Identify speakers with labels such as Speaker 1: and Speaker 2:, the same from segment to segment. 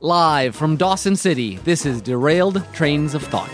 Speaker 1: Live from Dawson City, this is Derailed Trains of Thought.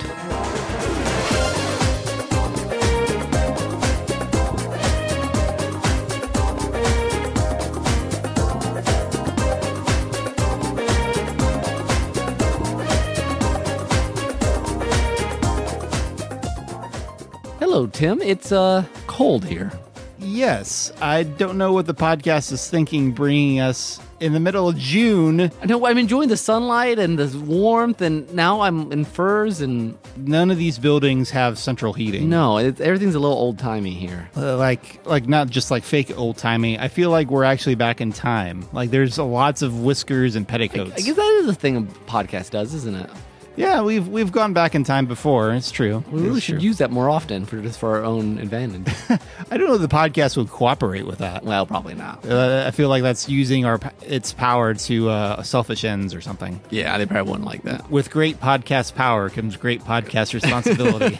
Speaker 1: Hello, Tim. It's uh, cold here.
Speaker 2: Yes, I don't know what the podcast is thinking, bringing us in the middle of June.
Speaker 1: I know I'm enjoying the sunlight and the warmth, and now I'm in furs and
Speaker 2: None of these buildings have central heating.
Speaker 1: no, it, everything's a little old timey here.
Speaker 2: Uh, like like not just like fake old timey. I feel like we're actually back in time. Like there's lots of whiskers and petticoats.
Speaker 1: I guess that is a thing a podcast does, isn't it?
Speaker 2: yeah, we've we've gone back in time before. It's true.
Speaker 1: We really
Speaker 2: It's
Speaker 1: should
Speaker 2: true.
Speaker 1: use that more often for just for our own advantage.
Speaker 2: I don't know if the podcast would cooperate with that.
Speaker 1: well, probably not.
Speaker 2: Uh, I feel like that's using our p- its power to uh, selfish ends or something.
Speaker 1: Yeah, they probably wouldn't like that.
Speaker 2: With great podcast power comes great podcast responsibility.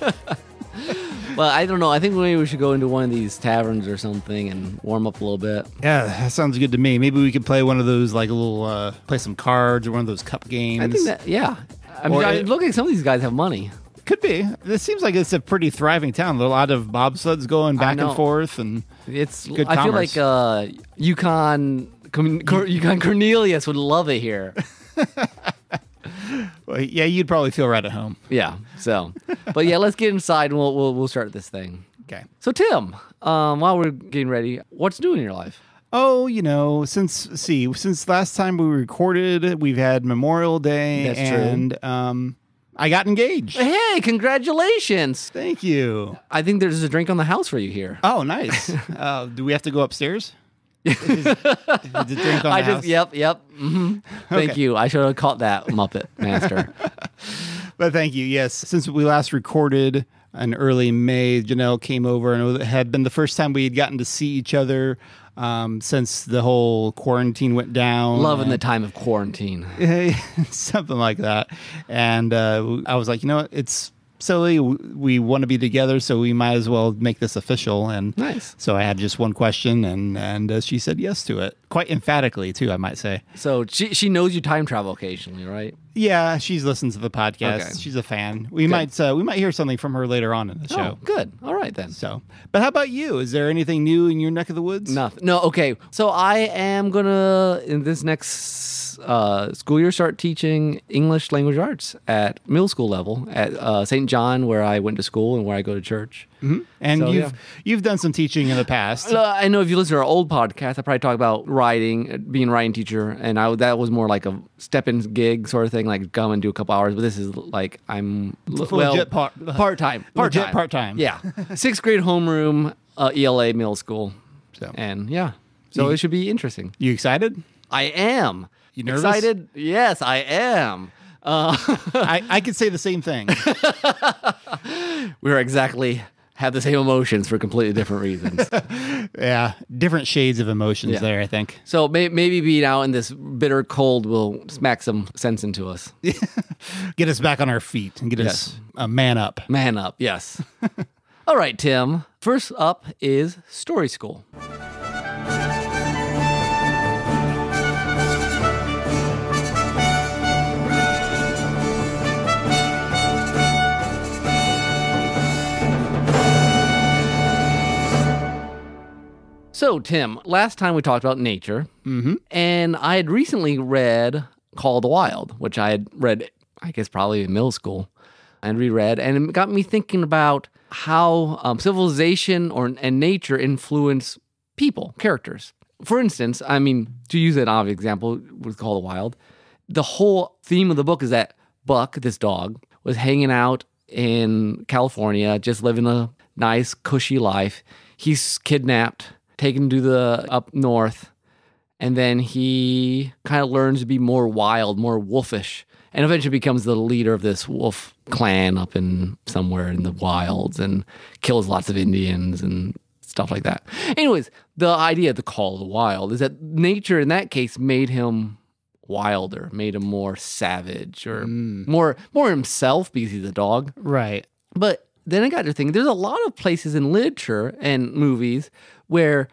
Speaker 1: Well, I don't know. I think maybe we should go into one of these taverns or something and warm up a little bit.
Speaker 2: Yeah, that sounds good to me. Maybe we could play one of those like a little uh play some cards or one of those cup games.
Speaker 1: I think that, yeah. I mean,
Speaker 2: Or
Speaker 1: I
Speaker 2: it-
Speaker 1: look like some of these guys have money.
Speaker 2: could be. This seems like it's a pretty thriving town. There are a lot of bobsleds going back
Speaker 1: know.
Speaker 2: and forth and
Speaker 1: It's
Speaker 2: Good
Speaker 1: I feel
Speaker 2: commerce.
Speaker 1: like uh, Yukon Com- Cor- Yukon Cornelius would love it here.
Speaker 2: well, yeah, you'd probably feel right at home.
Speaker 1: Yeah. So, but yeah, let's get inside and we'll we'll, we'll start this thing.
Speaker 2: Okay.
Speaker 1: So, Tim, um, while we're getting ready, what's new in your life?
Speaker 2: Oh, you know, since see, since last time we recorded, we've had Memorial Day
Speaker 1: That's true.
Speaker 2: and um I got engaged.
Speaker 1: Hey, congratulations!
Speaker 2: Thank you.
Speaker 1: I think there's a drink on the house for you here.
Speaker 2: Oh, nice. uh, do we have to go upstairs? Is- is the drink on
Speaker 1: I just
Speaker 2: the house?
Speaker 1: yep yep. hmm Thank
Speaker 2: Okay.
Speaker 1: you. I should have caught that Muppet Master.
Speaker 2: But thank you. Yes, since we last recorded in early May, Janelle came over, and it had been the first time we had gotten to see each other um, since the whole quarantine went down.
Speaker 1: Loving the time of quarantine.
Speaker 2: the something like that. And uh, I was like, you know, what? it's silly. W- We want to be together, so we might as well make this official. And
Speaker 1: Nice.
Speaker 2: So I had just one question, and and uh, she said yes to it, quite emphatically too, I might say.
Speaker 1: So she she knows you time travel occasionally, right?
Speaker 2: Yeah, she's listened to the podcast.
Speaker 1: Okay.
Speaker 2: She's a fan. We might uh, we might hear something from her later on in the show.
Speaker 1: Oh, good. All right then.
Speaker 2: So, but how about you? Is there anything new in your neck of the woods?
Speaker 1: Nothing. No. Okay. So I am gonna in this next uh, school year start teaching English language arts at middle school level at uh, St. John, where I went to school and where I go to church.
Speaker 2: Mm-hmm. And
Speaker 1: So,
Speaker 2: you've
Speaker 1: yeah.
Speaker 2: you've done some teaching in the past.
Speaker 1: Uh, I know if you listen to our old podcast, I probably talk about writing, uh, being a writing teacher, and I that was more like a step in gig sort of thing, like come and do a couple hours. But this is like I'm l-
Speaker 2: full
Speaker 1: well,
Speaker 2: legit part- uh,
Speaker 1: part time, part
Speaker 2: legit
Speaker 1: time,
Speaker 2: part-time.
Speaker 1: Yeah, sixth grade homeroom, uh, ELA middle school,
Speaker 2: So.
Speaker 1: and yeah, so
Speaker 2: You-
Speaker 1: it should be interesting.
Speaker 2: You excited?
Speaker 1: I am.
Speaker 2: You nervous?
Speaker 1: Excited? Yes, I am.
Speaker 2: I, I could say the same thing.
Speaker 1: We are exactly have the same emotions for completely different reasons.
Speaker 2: yeah, different shades of emotions
Speaker 1: Yeah.
Speaker 2: there. I think.
Speaker 1: so may, maybe being out in this bitter cold will smack some sense into us.
Speaker 2: Get us back on our feet and get us a man up.
Speaker 1: Man up, yes. All right, Tim. First up is Story School. So, Tim, last time we talked about nature, mm-hmm. and I had recently read Call of the Wild, which I had read, I guess, probably in middle school and reread, and it got me thinking about how um, civilization or and nature influence people, characters. For instance, I mean, to use an obvious example with Call of the Wild, the whole theme of the book is that Buck, this dog, was hanging out in California, just living a nice, cushy life. He's kidnapped, taken to the up north, and then he kind of learns to be more wild, more wolfish, and eventually becomes the leader of this wolf clan up in somewhere in the wilds and kills lots of Indians and stuff like that. Anyways, the idea of the call of the wild is that nature in that case made him wilder, made him more savage or more more himself because he's a dog.
Speaker 2: Right.
Speaker 1: But then I got to thinking, there's a lot of places in literature and movies where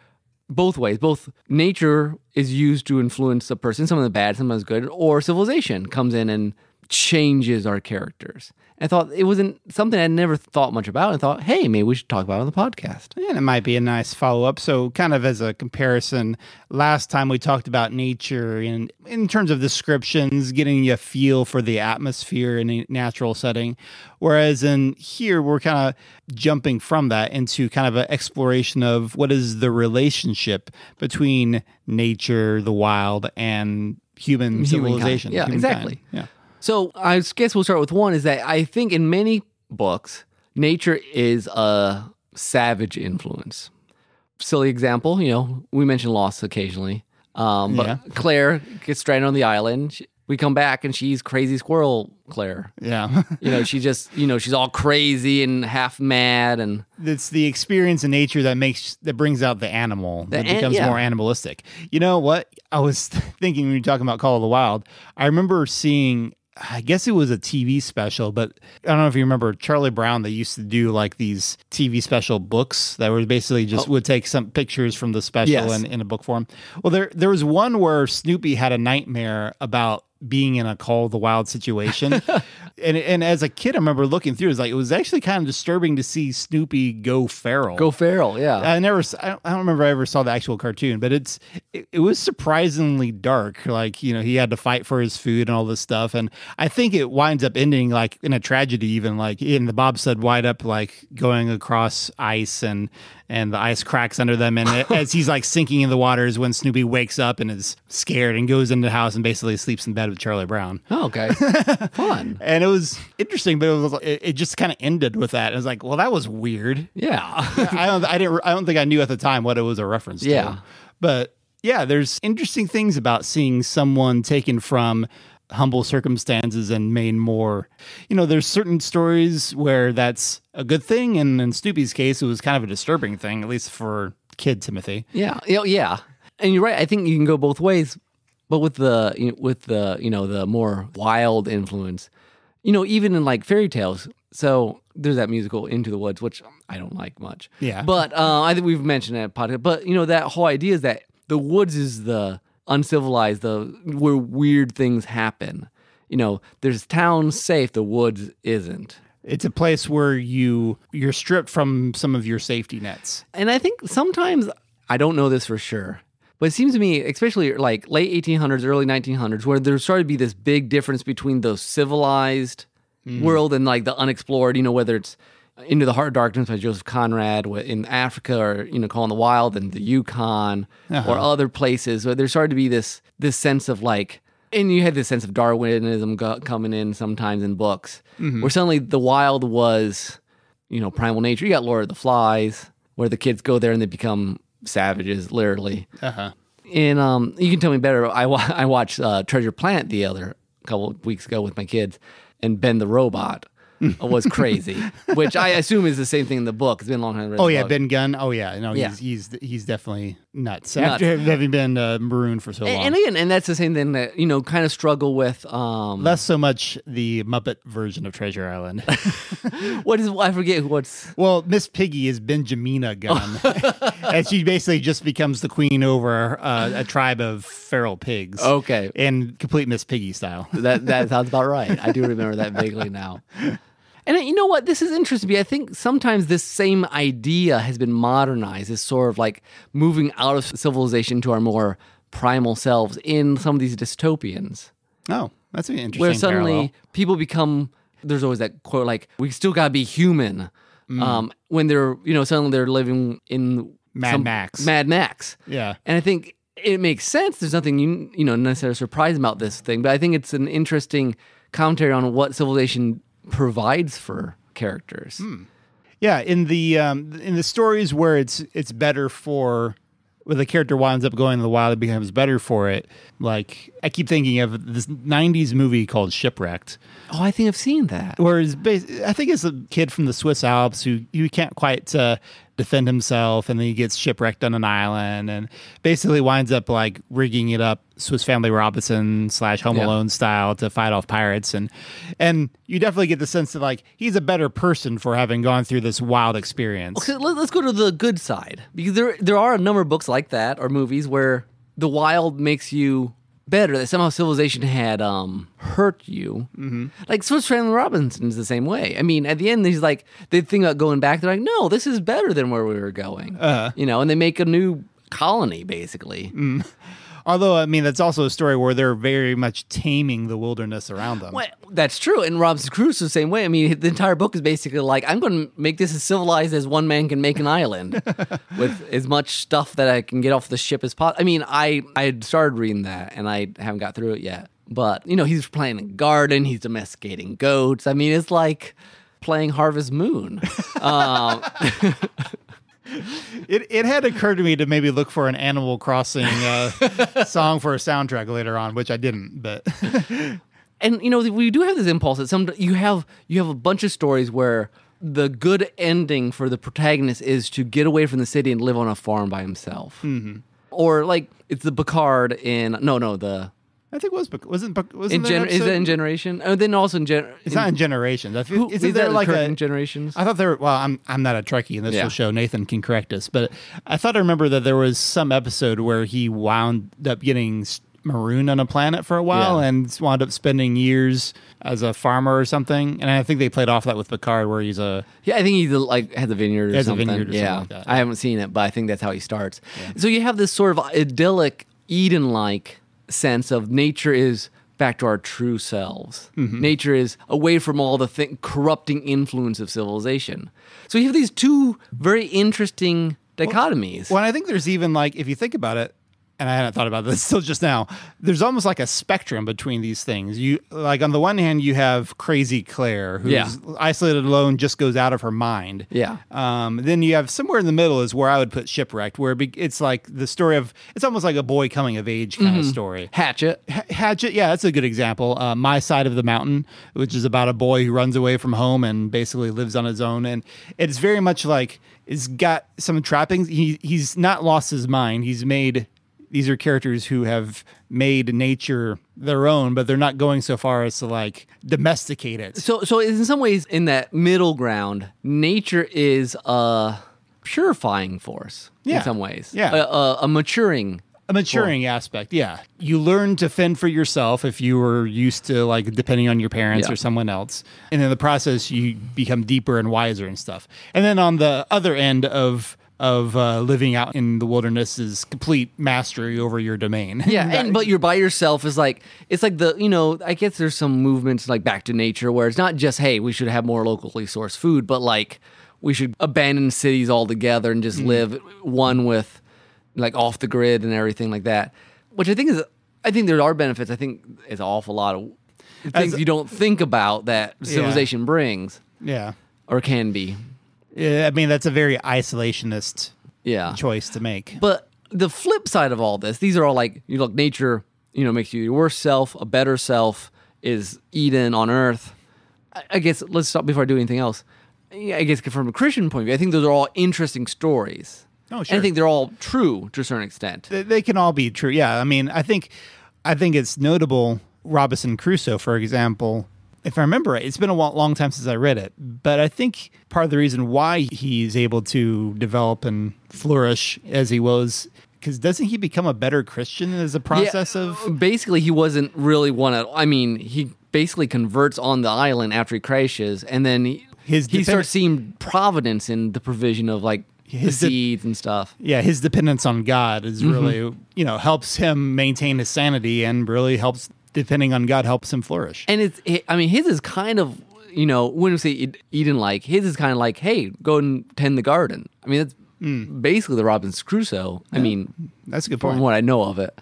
Speaker 1: both ways. Both nature is used to influence a person, sometimes bad, sometimes good, or civilization comes in and changes our characters. I thought it wasn't something I'd never thought much about and thought, hey, maybe we should talk about it on the podcast.
Speaker 2: And it might be a nice follow up. So, kind of as a comparison, last time we talked about nature and in terms of descriptions, getting a feel for the atmosphere in a natural setting. Whereas in here, we're kind of jumping from that into kind of an exploration of what is the relationship between nature, the wild, and human civilization.
Speaker 1: Yeah,
Speaker 2: humankind.
Speaker 1: exactly.
Speaker 2: Yeah.
Speaker 1: So I guess we'll start with one is that I think in many books, nature is a savage influence. Silly example, you know, we mention Lost occasionally. Um, but
Speaker 2: Yeah.
Speaker 1: Claire gets stranded on the island. She- We come back and she's crazy squirrel Claire.
Speaker 2: Yeah.
Speaker 1: You know, she just, you know, she's all crazy and half mad and
Speaker 2: it's the experience in nature that makes that brings out the animal that
Speaker 1: an-
Speaker 2: becomes
Speaker 1: yeah.
Speaker 2: more animalistic you know what i was thinking when you were talking about call of the wild i remember seeing i guess it was a tv special but i don't know if you remember charlie brown they used to do like these tv special books that were basically just would take some pictures from the special
Speaker 1: Oh. Yes.
Speaker 2: and in a book form well there there was one where snoopy had a nightmare about being in a call of the wild situation. and and as a kid, I remember looking through. It was like it was actually kind of disturbing to see Snoopy go feral.
Speaker 1: go feral. Yeah.
Speaker 2: I never. s- I don't, I don't remember I ever saw the actual cartoon, but it's it, it was surprisingly dark. Like you know, he had to fight for his food and all this stuff, and I think it winds up ending like in a tragedy, even like in the bobsled wide up, like going across ice and and the ice cracks under them, and it- as he's like sinking in the water is when Snoopy wakes up and is scared and goes into the house and basically sleeps in bed with Charlie Brown.
Speaker 1: Oh, okay. Fun.
Speaker 2: And it was interesting, but it was it, it just kind of ended with that. It was like, well, that was weird.
Speaker 1: Yeah.
Speaker 2: I don't. I didn't. I don't think I knew at the time what it was a reference to.
Speaker 1: Yeah.
Speaker 2: But yeah, there's interesting things about seeing someone taken from humble circumstances and made more. You know, there's certain stories where that's a good thing, and in Snoopy's case, it was kind of a disturbing thing, at least for kid Timothy.
Speaker 1: Yeah, you know, yeah, and you're right. I think you can go both ways, but with the you know, with the you know the more wild influence, you know, even in like fairy tales. So there's that musical Into the Woods, which I don't like much.
Speaker 2: Yeah.
Speaker 1: but uh, I think we've mentioned that podcast. But you know, that whole idea is that the woods is the uncivilized, the where weird things happen. You know, there's towns safe, the woods isn't.
Speaker 2: It's a place where you you're stripped from some of your safety nets.
Speaker 1: And I think sometimes I don't know this for sure, but it seems to me, especially like late 1800s, early 1900s, where there started to be this big difference between the civilized world and like the unexplored. You know, whether it's Into the Heart of Darkness by Joseph Conrad wh- in Africa, or you know, Call in the Wild and the Yukon, or other places. Where there started to be this this sense of like. And you had this sense of Darwinism go- coming in sometimes in books, where suddenly the wild was you know, primal nature. You got Lord of the Flies, where the kids go there and they become savages, literally.
Speaker 2: Uh huh.
Speaker 1: And um, you can tell me better. I wa- I watched uh, Treasure Planet the other couple of weeks ago with my kids, and Ben the robot was crazy, which I assume is the same thing in the book. It's been a long time.
Speaker 2: Oh yeah, Ben Gunn. Oh yeah, no,
Speaker 1: Yeah.
Speaker 2: he's he's he's definitely nuts, after having been uh, marooned for so long.
Speaker 1: and again, and that's the same thing that you know, kind of struggle with. Um,
Speaker 2: Less so much the Muppet version of Treasure Island.
Speaker 1: what is I forget what's
Speaker 2: well, Miss Piggy is Benjamina Gunn, and she basically just becomes the queen over uh, a tribe of feral pigs.
Speaker 1: Okay.
Speaker 2: in complete Miss Piggy style.
Speaker 1: that that sounds about right. I do remember that vaguely now. And uh, you know what? This is interesting to me. I think sometimes this same idea has been modernized as sort of like moving out of civilization to our more primal selves in some of these dystopians,
Speaker 2: Oh, that's an interesting.
Speaker 1: where suddenly
Speaker 2: parallel.
Speaker 1: people become. There's always that quote like, "We still gotta be human."
Speaker 2: Mm.
Speaker 1: Um, when they're you know suddenly they're living in
Speaker 2: Mad Max.
Speaker 1: Mad Max.
Speaker 2: yeah,
Speaker 1: And I think it makes sense. There's nothing you you know necessarily surprised about this thing, but I think it's an interesting commentary on what civilization provides for characters.
Speaker 2: Hmm. Yeah, in the um, in the stories where it's it's better for where the character winds up going in the wild, it becomes better for it. Like I keep thinking of this '90s movie called Shipwrecked,
Speaker 1: Oh, I think I've seen that.
Speaker 2: where it's bas- I think it's a kid from the Swiss Alps who you can't quite uh, defend himself and then he gets shipwrecked on an island and basically winds up like rigging it up Swiss Family Robinson slash Home
Speaker 1: Yeah.
Speaker 2: Alone style to fight off pirates and and you definitely get the sense that like he's a better person for having gone through this wild experience.
Speaker 1: Okay, let- let's go to the good side because there there are a number of books like that or movies where the wild makes you better. That somehow civilization had um, hurt you. Mm-hmm. Like Swiss Family Robinson is the same way. I mean, at the end, he's like they think about going back. They're like, no, this is better than where we were going. Uh, you know, and they make a new colony basically.
Speaker 2: Although I mean that's also a story where they're very much taming the wilderness around them.
Speaker 1: Well, that's true. And Robinson Crusoe the same way. I mean, the entire book is basically like, I'm going to make this as civilized as one man can make an island with as much stuff that I can get off the ship as possible. I mean, I, I had started reading that and I haven't got through it yet. But, you know, he's playing a garden, he's domesticating goats. I mean, it's like playing Harvest Moon. um,
Speaker 2: It, it had occurred to me to maybe look for an Animal Crossing uh, song for a soundtrack later on, which I didn't. But
Speaker 1: and you know we do have this impulse that some you have you have a bunch of stories where the good ending for the protagonist is to get away from the city and live on a farm by himself mm-hmm. or like it's the Picard in no no the
Speaker 2: I think it was Pic- wasn't Pic- wasn't
Speaker 1: in
Speaker 2: there
Speaker 1: gen,
Speaker 2: an
Speaker 1: is
Speaker 2: episode-
Speaker 1: that in generation oh then also in gen
Speaker 2: it's not in generations. I feel,
Speaker 1: who-
Speaker 2: isn't
Speaker 1: is
Speaker 2: there
Speaker 1: that
Speaker 2: like
Speaker 1: current
Speaker 2: a
Speaker 1: in generations
Speaker 2: I thought there. Well, I'm I'm not a Trekkie, and this
Speaker 1: Yeah.
Speaker 2: will show. Nathan can correct us, but I thought I remember that there was some episode where he wound up getting s- marooned on a planet for a while
Speaker 1: Yeah.
Speaker 2: and wound up spending years as a farmer or something. And I think they played off that with Picard, where he's a
Speaker 1: Yeah, I think he like had the vineyard or
Speaker 2: has a
Speaker 1: something.
Speaker 2: vineyard or something
Speaker 1: yeah,
Speaker 2: like that.
Speaker 1: I haven't seen it, but I think that's how he starts. So you have this sort of idyllic, Eden-like sense of nature is back to our true selves.
Speaker 2: Mm-hmm.
Speaker 1: Nature is away from all the thi- corrupting influence of civilization. So you have these two very interesting dichotomies.
Speaker 2: Well, and I think there's even like, if you think about it, and I hadn't thought about this till just now, there's almost like a spectrum between these things. You like on the one hand, you have crazy Claire, who's
Speaker 1: Yeah.
Speaker 2: isolated alone, just goes out of her mind.
Speaker 1: Yeah.
Speaker 2: Um, then you have somewhere in the middle is where I would put shipwrecked, where it be- it's like the story of it's almost like a boy coming of age kind of
Speaker 1: Mm-hmm.
Speaker 2: story.
Speaker 1: Hatchet.
Speaker 2: H- Hatchet, yeah, that's a good example. Uh, My Side of the Mountain, which is about a boy who runs away from home and basically lives on his own, and it's very much like it's got some trappings. He he's not lost his mind. He's made these are characters who have made nature their own, but they're not going so far as to like domesticate it.
Speaker 1: So, so in some ways, in that middle ground, nature is a purifying force.
Speaker 2: Yeah.
Speaker 1: In some ways,
Speaker 2: Yeah.
Speaker 1: a, a, a maturing
Speaker 2: A maturing aspect, yeah. You learn to fend for yourself if you were used to like depending on your parents
Speaker 1: Yeah.
Speaker 2: or someone else. And in the process you become deeper and wiser and stuff. And then on the other end of of uh, living out in the wilderness is complete mastery over your domain.
Speaker 1: Yeah, and but you're by yourself is like it's like the you know I guess there's some movements like back to nature where it's not just hey we should have more locally sourced food but like we should abandon cities altogether and just live one with like off the grid and everything like that, which I think is I think there are benefits. I think it's an awful lot of things you don't think about that civilization brings
Speaker 2: yeah.
Speaker 1: or can be.
Speaker 2: Yeah, I mean that's a very isolationist
Speaker 1: Yeah,
Speaker 2: choice to make.
Speaker 1: But the flip side of all this, these are all like you look nature, you know, makes you your worst self, a better self is Eden on Earth. I, I guess let's stop before I do anything else. Yeah, I guess from a Christian point of view, I think those are all interesting stories.
Speaker 2: Oh,
Speaker 1: And
Speaker 2: sure.
Speaker 1: I think they're all true to a certain extent.
Speaker 2: They- they can all be true. Yeah, I mean, I think, I think it's notable. Robinson Crusoe, for example, if I remember right, it's been a wa- long time since I read it, but I think part of the reason why he's able to develop and flourish as he was, because doesn't he become a better Christian as a process of?
Speaker 1: basically he wasn't really one at I mean, he basically converts on the island after he crashes and then he,
Speaker 2: His
Speaker 1: he
Speaker 2: depend-
Speaker 1: starts seeing providence in the provision of like
Speaker 2: His
Speaker 1: the
Speaker 2: de-
Speaker 1: seeds and stuff.
Speaker 2: Yeah, his dependence on God is really, you know, helps him maintain his sanity and really helps, depending on God, helps him flourish.
Speaker 1: And it's, it, I mean, his is kind of, you know, when we say Eden like, his is kind of like, hey, go and tend the garden. I mean, that's basically the Robinson Crusoe. I mean,
Speaker 2: That's a good
Speaker 1: from
Speaker 2: point.
Speaker 1: what I know of it.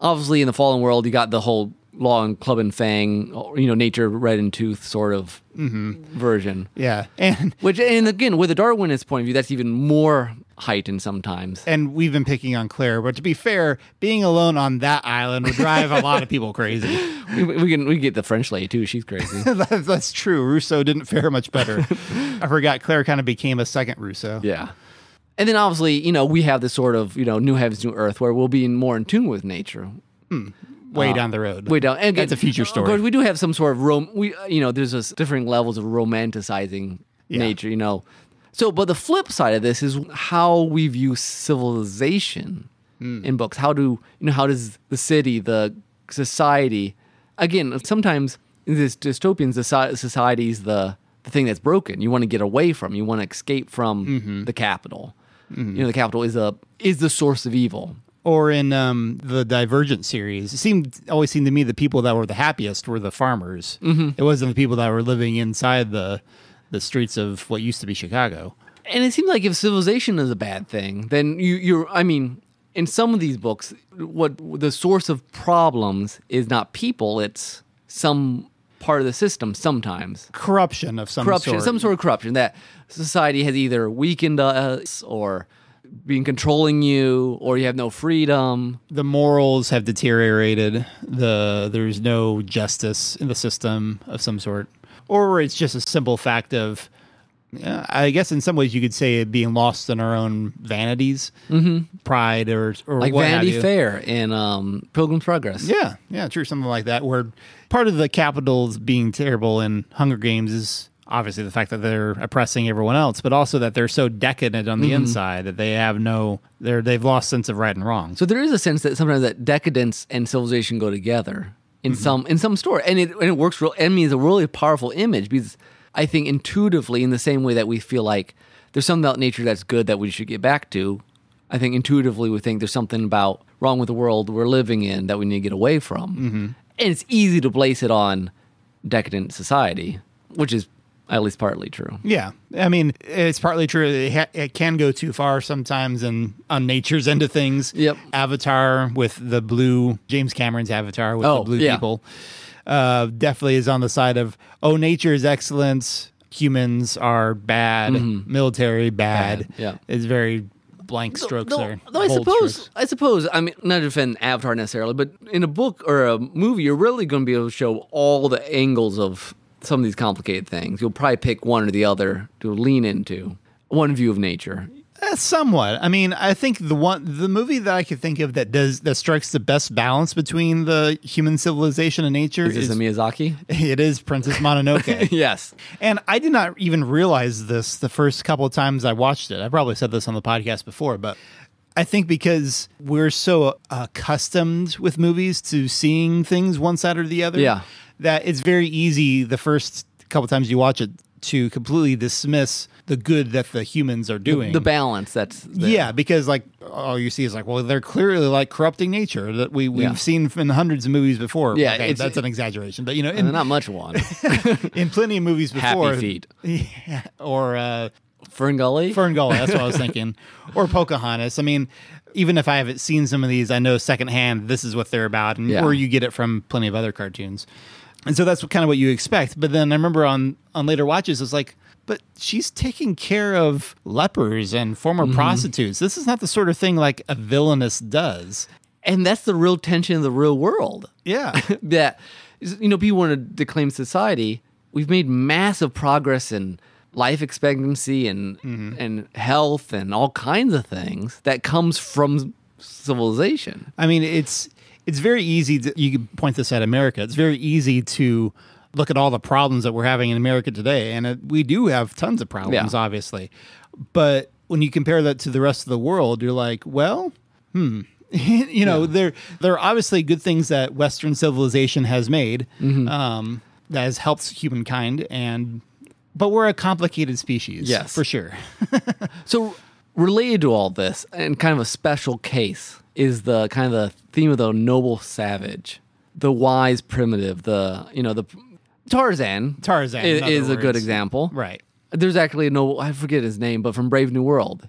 Speaker 1: Obviously, in the fallen world, you got the whole law and club and fang, you know, nature red and tooth sort of version.
Speaker 2: Yeah, and
Speaker 1: Which, and again, with a Darwinist point of view, that's even more heightened sometimes.
Speaker 2: and we've been picking on Claire, but to be fair, being alone on that island would drive a lot of people crazy.
Speaker 1: we, we can we can get the French lady too. She's crazy.
Speaker 2: That- That's true. Rousseau didn't fare much better. I forgot Claire kind of became a second Rousseau.
Speaker 1: yeah. And then obviously, you know, we have this sort of, you know, new heavens, new earth where we'll be in more in tune with nature.
Speaker 2: way
Speaker 1: Uh,
Speaker 2: down the road.
Speaker 1: We don't. And again,
Speaker 2: That's a future
Speaker 1: Of course,
Speaker 2: story.
Speaker 1: we do have some sort of rom. We, uh, you know, there's this differing levels of romanticizing nature. You know, so but the flip side of this is how we view civilization
Speaker 2: Hmm.
Speaker 1: in books. How do you know? How does the city, the society, again? Sometimes in this dystopian soci- societies, the the thing that's broken. You want to get away from. You want to escape from
Speaker 2: Mm-hmm.
Speaker 1: the capital. You know, the capital is a is the source of evil.
Speaker 2: Or in um, the Divergent series, it seemed always seemed to me the people that were the happiest were the farmers.
Speaker 1: Mm-hmm.
Speaker 2: It wasn't the people that were living inside the the streets of what used to be Chicago.
Speaker 1: and it seems like if civilization is a bad thing, then you, you're. I mean, in some of these books, what the source of problems is not people; it's some part of the system. Sometimes
Speaker 2: Corruption of some
Speaker 1: corruption,
Speaker 2: sort.
Speaker 1: some sort of corruption that society has either weakened us or being controlling you, or you have no freedom.
Speaker 2: the morals have deteriorated. The there's no justice in the system of some sort, or it's just a simple fact of, yeah, I guess in some ways you could say it being lost in our own vanities, mm-hmm. pride, or or
Speaker 1: Like
Speaker 2: what have
Speaker 1: Vanity
Speaker 2: you.
Speaker 1: Fair in um, Pilgrim's Progress.
Speaker 2: Yeah, yeah, true, something like that. Where part of the capitals being terrible in Hunger Games is obviously the fact that they're oppressing everyone else, but also that they're so decadent on the
Speaker 1: Mm-hmm.
Speaker 2: inside that they have no, they're they've lost sense of right and wrong.
Speaker 1: So there is a sense that sometimes that decadence and civilization go together in some in some story, and it and it works real. I mean, it's a really powerful image because I think intuitively, in the same way that we feel like there's something about nature that's good that we should get back to, I think intuitively we think there's something about wrong with the world we're living in that we need to get away from, and it's easy to place it on decadent society, which is at least partly true.
Speaker 2: Yeah, I mean, it's partly true. It, ha- it can go too far sometimes, and on nature's end of things.
Speaker 1: Yep.
Speaker 2: Avatar with the blue James Cameron's Avatar with
Speaker 1: Oh,
Speaker 2: the blue
Speaker 1: yeah.
Speaker 2: people uh, definitely is on the side of oh, nature is excellence, humans are bad, military bad.
Speaker 1: Mm-hmm. Bad, yeah.
Speaker 2: it's very blank strokes
Speaker 1: though,
Speaker 2: there.
Speaker 1: though I
Speaker 2: bold
Speaker 1: suppose,
Speaker 2: strokes.
Speaker 1: I suppose, I mean, not to defend Avatar necessarily, but in a book or a movie, you're really going to be able to show all the angles of some of these complicated things. You'll probably pick one or the other to lean into. One view of nature.
Speaker 2: Uh, somewhat. I mean, I think the one the movie that I could think of that does that strikes the best balance between the human civilization and nature
Speaker 1: Is this a Miyazaki?
Speaker 2: it is Princess Mononoke.
Speaker 1: yes.
Speaker 2: And I did not even realize this the first couple of times I watched it. I probably said this on the podcast before, but I think because we're so uh, accustomed with movies to seeing things one side or the other,
Speaker 1: Yeah.
Speaker 2: that it's very easy the first couple times you watch it to completely dismiss the good that the humans are doing.
Speaker 1: The balance that's there.
Speaker 2: Yeah, because like all you see is like, well, they're clearly like corrupting nature that we we've
Speaker 1: Yeah.
Speaker 2: seen in hundreds of movies before.
Speaker 1: Yeah,
Speaker 2: Okay,
Speaker 1: it's-
Speaker 2: that's an exaggeration, but you know, in,
Speaker 1: And not much one.
Speaker 2: in plenty of movies before,
Speaker 1: Happy feet.
Speaker 2: yeah, or uh,
Speaker 1: Fern Gully?
Speaker 2: Ferngully. That's what I was thinking, or Pocahontas. I mean, even if I haven't seen some of these, I know secondhand this is what they're about, and,
Speaker 1: Yeah.
Speaker 2: or you get it from plenty of other cartoons, and so that's what, kind of what you expect. But then I remember on on later watches, it's like. But she's taking care of lepers and former
Speaker 1: Mm-hmm.
Speaker 2: prostitutes. This is not the sort of thing like a villainous does.
Speaker 1: And that's the real tension of the real world.
Speaker 2: Yeah.
Speaker 1: that you know people want to declaim society we've made massive progress in life expectancy and
Speaker 2: Mm-hmm.
Speaker 1: and health and all kinds of things that comes from civilization
Speaker 2: I mean, it's it's very easy. To, you could point this at America. It's very easy to look at all the problems that we're having in America today, and it, we do have tons of problems,
Speaker 1: Yeah.
Speaker 2: obviously. But when you compare that to the rest of the world, you're like, well, hmm. you know, there there are obviously good things that Western civilization has made
Speaker 1: Mm-hmm.
Speaker 2: um, that has helped humankind, and but we're a complicated species,
Speaker 1: Yes.
Speaker 2: for sure.
Speaker 1: so related to all this and kind of a special case is the kind of the theme of the noble savage the wise primitive the you know the tarzan
Speaker 2: Tarzan,
Speaker 1: i-
Speaker 2: in
Speaker 1: is,
Speaker 2: other
Speaker 1: a good
Speaker 2: words.
Speaker 1: example
Speaker 2: Right.
Speaker 1: there's actually no I forget his name, but from Brave New World.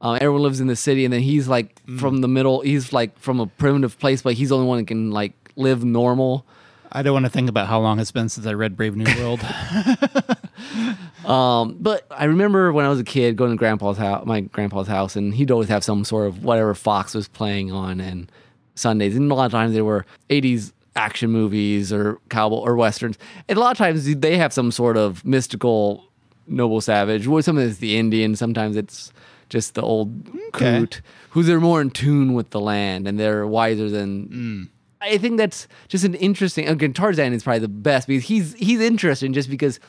Speaker 1: Uh, everyone lives in the city, and then he's like from the middle. He's like from a primitive place, but he's the only one that can like live normal.
Speaker 2: I don't want to think about how long it's been since I read Brave New World.
Speaker 1: Um, but I remember when I was a kid going to grandpa's house, my grandpa's house, and he'd always have some sort of whatever Fox was playing on and Sundays. And a lot of times they were 80s action movies or cowboy or westerns. And a lot of times they have some sort of mystical noble savage. Well, Sometimes it's the Indian, sometimes it's just the old
Speaker 2: Okay.
Speaker 1: coot, who they're more in tune with the land and they're wiser than. I think that's just an interesting. Again, Tarzan is probably the best because he's he's interesting just because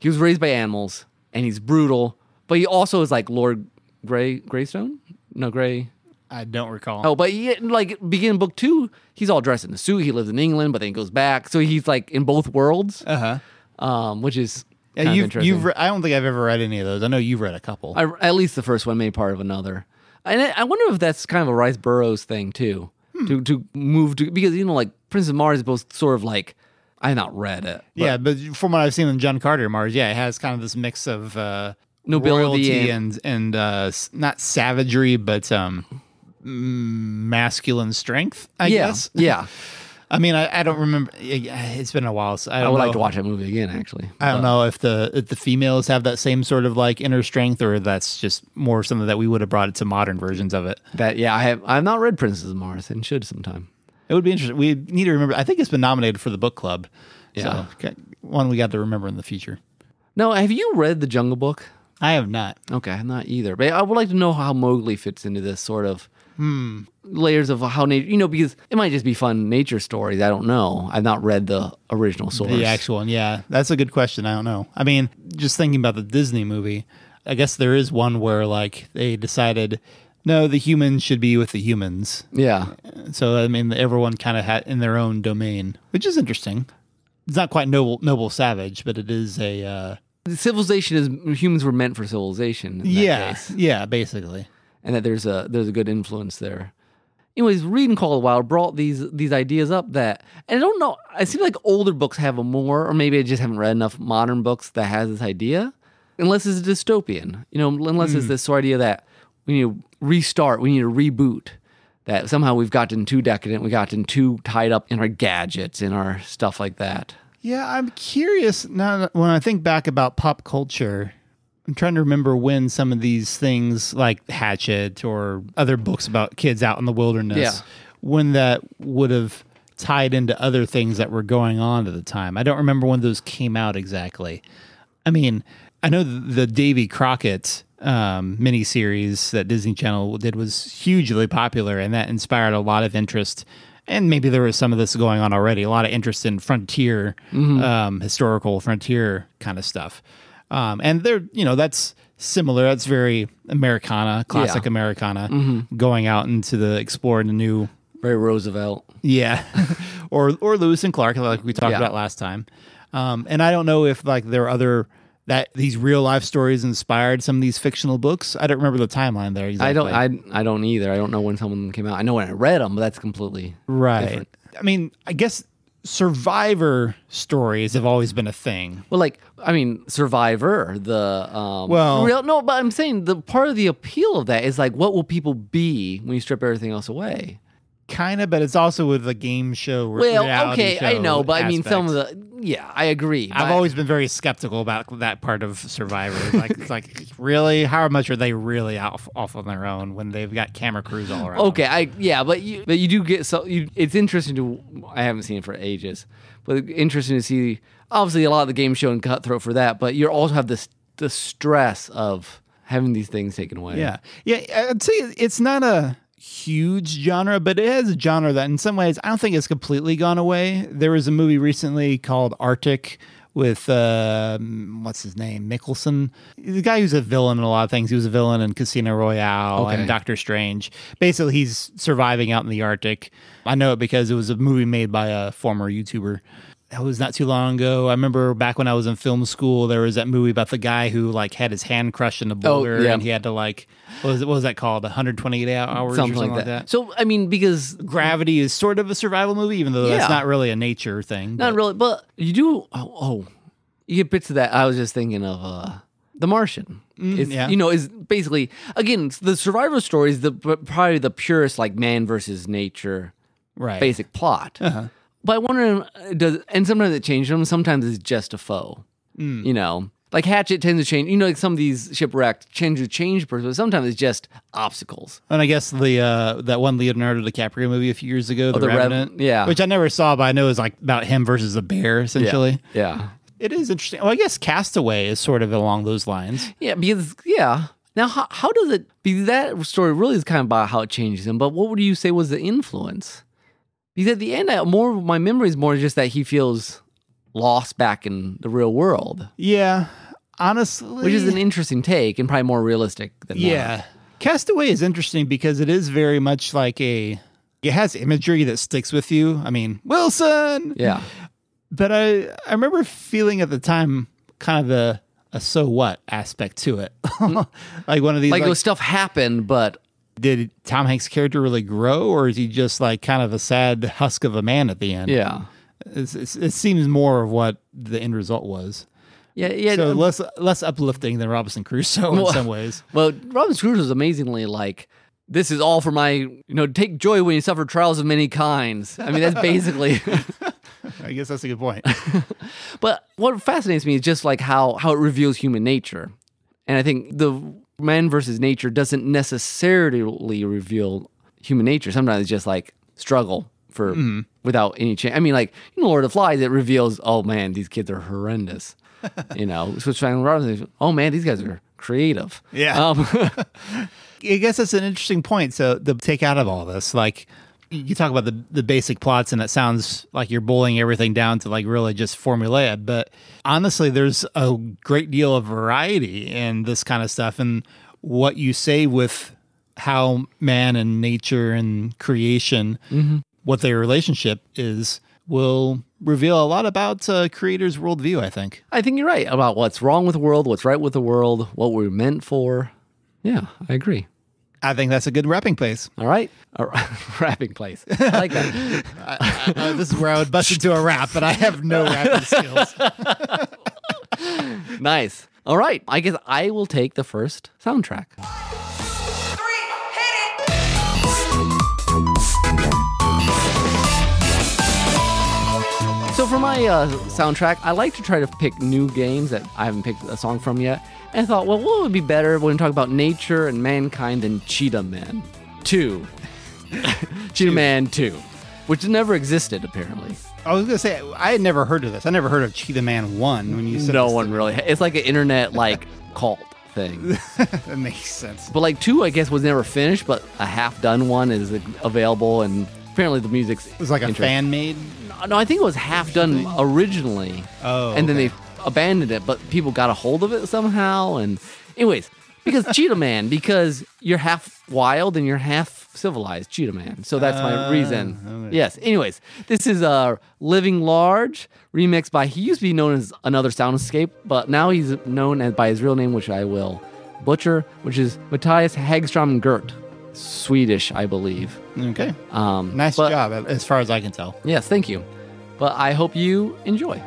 Speaker 1: he was raised by animals and he's brutal, but he also is like Lord Gray Greystone. No, Gray.
Speaker 2: I don't recall.
Speaker 1: Oh, but he, like beginning book two, he's all dressed in a suit. He lives in England, but then he goes back. So he's like in both worlds,
Speaker 2: Uh huh.
Speaker 1: um, which is kind
Speaker 2: Yeah,
Speaker 1: of
Speaker 2: you've,
Speaker 1: interesting.
Speaker 2: you've re- I don't think I've ever read any of those. I know you've read a couple.
Speaker 1: I, at least the first one made part of another. And I, I wonder if that's kind of a Rice Burroughs thing too, to to move to because you know like Prince of Mars is both sort of like I not read it. but
Speaker 2: yeah, but from what I've seen in John Carter Mars, yeah, it has kind of this mix of uh,
Speaker 1: Nobility
Speaker 2: royalty and and uh, s- not savagery, but um, mm, masculine strength. I
Speaker 1: yeah,
Speaker 2: guess.
Speaker 1: yeah.
Speaker 2: I mean, I, I don't remember. It's been a while. So I, don't
Speaker 1: I would
Speaker 2: know.
Speaker 1: like to watch that movie again. Actually,
Speaker 2: I don't know if the if the females have that same sort of like inner strength, or that's just more something that we would have brought it to modern versions of it.
Speaker 1: that yeah, I have. I've not read Princess of Mars and should sometime.
Speaker 2: It would be interesting. We need to remember. I think it's been nominated for the book club.
Speaker 1: Yeah.
Speaker 2: so, okay, one we got to remember in the future.
Speaker 1: No, have you read the Jungle Book?
Speaker 2: I have not.
Speaker 1: Okay, I'm not either. But I would like to know how Mowgli fits into this sort of Hmm. layers of how nature, you know, because it might just be fun nature stories. I don't know. I've not read the original source.
Speaker 2: The actual one, yeah, that's a good question. I don't know. I mean, just thinking about the Disney movie, I guess there is one where like they decided, no, the humans should be with the humans.
Speaker 1: Yeah.
Speaker 2: So I mean, everyone kind of had in their own domain, which is interesting. It's not quite noble, noble savage, but it is a uh,
Speaker 1: The Civilization is humans were meant for civilization. in that
Speaker 2: yeah,
Speaker 1: case.
Speaker 2: yeah, basically.
Speaker 1: and that there's a there's a good influence there. Anyways, reading Call of the Wild brought these these ideas up that, and I don't know. It seems like older books have a more, or maybe I just haven't read enough modern books that has this idea. Unless it's a dystopian, you know, unless it's this sort of idea that we need to restart, we need to reboot. That somehow we've gotten too decadent, we've gotten too tied up in our gadgets, in our stuff like that.
Speaker 2: Yeah, I'm curious now that- when I think back about pop culture. I'm trying to remember when some of these things like Hatchet or other books about kids out in the wilderness,
Speaker 1: Yeah.
Speaker 2: when that would have tied into other things that were going on at the time. I don't remember when those came out exactly. I mean, I know th- the Davy Crockett um, miniseries that Disney Channel did was hugely popular, and that inspired a lot of interest. And maybe there was some of this going on already. A lot of interest in frontier, um, historical frontier kind of stuff. Um, and they're, you know, that's similar. That's very Americana, classic Americana,
Speaker 1: Mm-hmm.
Speaker 2: going out into the exploring the new
Speaker 1: Very Roosevelt.
Speaker 2: yeah, or or Lewis and Clark, like we talked
Speaker 1: Yeah.
Speaker 2: about last time. Um, and I don't know if like there are other that these real life stories inspired some of these fictional books. I don't remember the timeline there. Exactly.
Speaker 1: I don't. I I don't either. I don't know when some of them came out. I know when I read them, but that's completely
Speaker 2: right.
Speaker 1: different.
Speaker 2: I mean, I guess survivor stories have always been a thing.
Speaker 1: Well, like I mean, Survivor. The um,
Speaker 2: Well-
Speaker 1: real, no, but I'm saying the part of the appeal of that is like, what will people be when you strip everything else away?
Speaker 2: Kind of, but it's also with the game show. re-
Speaker 1: Well,
Speaker 2: reality
Speaker 1: okay, I
Speaker 2: show
Speaker 1: know, but I mean, some
Speaker 2: aspect.
Speaker 1: of the yeah, I agree.
Speaker 2: I've
Speaker 1: but-
Speaker 2: always been very skeptical about that part of Survivor. Like, it's like really, how much are they really off off on their own when they've got camera crews all around?
Speaker 1: okay, I yeah, but you but you do get so you, it's interesting to I haven't seen it for ages, but interesting to see obviously a lot of the game show and cutthroat for that, but you also have this the stress of having these things taken away.
Speaker 2: Yeah. Yeah. I'd say it's not a huge genre, but it is a genre that in some ways I don't think it's completely gone away. There was a movie recently called Arctic with um what's his name? Mickelson. He's a guy who's a villain in a lot of things. He was a villain in Casino Royale
Speaker 1: Okay.
Speaker 2: and Doctor Strange. Basically he's surviving out in the Arctic. I know it because it was a movie made by a former YouTuber. That was not too long ago. I remember back when I was in film school, there was that movie about the guy who like had his hand crushed in a boulder
Speaker 1: Oh, yeah.
Speaker 2: and he had to like what was, it, what was that called 128 hours or
Speaker 1: Something, like, that. So I mean, because
Speaker 2: gravity is sort of a survival movie even though
Speaker 1: Yeah.
Speaker 2: that's not really a nature thing
Speaker 1: Not
Speaker 2: but-
Speaker 1: really, but you do. Oh, oh, you get bits of that. I was just thinking of uh, The Martian. It's-
Speaker 2: yeah.
Speaker 1: You know, is basically again it's the survival story is the probably the purest like man versus nature
Speaker 2: right
Speaker 1: basic plot. But I wonder uh, does and sometimes it changes them. Sometimes it's just a foe. You know, like Hatchet tends to change. You know, like some of these shipwrecked change to change person, but sometimes it's just obstacles.
Speaker 2: and i guess the uh that one leonardo dicaprio movie a few years ago the,
Speaker 1: Oh, The Rev-
Speaker 2: revenant
Speaker 1: yeah.
Speaker 2: which i never saw but i know is like about him versus a bear essentially
Speaker 1: Yeah.
Speaker 2: it is interesting well i guess castaway is sort of along those lines
Speaker 1: Yeah, because yeah, Now, how, how does it be that story really is kind of about how it changes him, but what would you say was the influence? Because at the end, I, more of my memory is more just that he feels lost back in the real world,
Speaker 2: Yeah, honestly,
Speaker 1: which is an interesting take and probably more realistic than that.
Speaker 2: yeah. Castaway is interesting because it is very much like a. It has imagery that sticks with you. I mean, Wilson.
Speaker 1: Yeah.
Speaker 2: But I I remember feeling at the time kind of the a so what aspect to it, like one of these
Speaker 1: Like,
Speaker 2: Mm-hmm. like,
Speaker 1: those stuff happened, but
Speaker 2: did Tom Hanks' character really grow, or is he just like kind of a sad husk of a man at the end?
Speaker 1: yeah.
Speaker 2: it's, it's, it seems more of what the end result was.
Speaker 1: Yeah. Yeah.
Speaker 2: So less less uplifting than Robinson Crusoe in
Speaker 1: Well-
Speaker 2: some ways.
Speaker 1: Well, Robin Scrooge was amazingly like, this is all for my, you know, take joy when you suffer trials of many kinds. I mean, that's basically.
Speaker 2: I guess that's a good point.
Speaker 1: but what fascinates me is just like how how it reveals human nature, and I think the man versus nature doesn't necessarily reveal human nature. Sometimes it's just like struggle for without any change. I mean, like you know, Lord of the Flies, it reveals, oh man, these kids are horrendous. you know, Switchback Robinson, oh man, these guys are creative.
Speaker 2: Yeah.
Speaker 1: Um,
Speaker 2: I guess that's an interesting point. So the take out of all this, like you talk about the the basic plots, and that sounds like you're boiling everything down to like really just formulaic. But honestly, there's a great deal of variety in this kind of stuff, and what you say with how man and nature and creation, what their relationship is, will reveal a lot about a creator's worldview. I think.
Speaker 1: I think you're right about what's wrong with the world, what's right with the world, what we're meant for. Yeah, I agree.
Speaker 2: I think that's a good wrapping place.
Speaker 1: All right. A wrapping place. I like that.
Speaker 2: Uh, this is where I would bust into a rap, but I have no rapping skills.
Speaker 1: nice. All right. I guess I will take the first soundtrack.
Speaker 3: three, hit it.
Speaker 1: So for my uh, soundtrack, I like to try to pick new games that I haven't picked a song from yet. And I thought, well, what would be better when we talk about nature and mankind than Cheetah Man 2? Cheetah Man 2, which never existed apparently.
Speaker 2: I was gonna say I had never heard of this. I never heard of Cheetah Man One when you said
Speaker 1: No
Speaker 2: this.
Speaker 1: one really. It's like an internet like cult thing.
Speaker 2: That makes sense.
Speaker 1: But like two, I guess, was never finished, but a half done one is available, and apparently the music's
Speaker 2: It was like a fan made.
Speaker 1: Uh, No, I think it was half done originally.
Speaker 2: Oh,
Speaker 1: and then
Speaker 2: okay.
Speaker 1: they abandoned it, but people got a hold of it somehow. And anyways, because Cheetah Man, because you're half wild and you're half civilized, Cheetah Man. So that's
Speaker 2: Uh,
Speaker 1: my reason. Yes. Anyways, this is uh, Living Large remixed by he used to be known as another Soundscape, but now he's known as by his real name, which I will butcher, which is Matthias Hagstrom Gert, Swedish, I believe.
Speaker 2: Okay,
Speaker 1: Um,
Speaker 2: nice
Speaker 1: but-
Speaker 2: job as far as I can tell.
Speaker 1: Yes, thank you. But I hope you enjoy.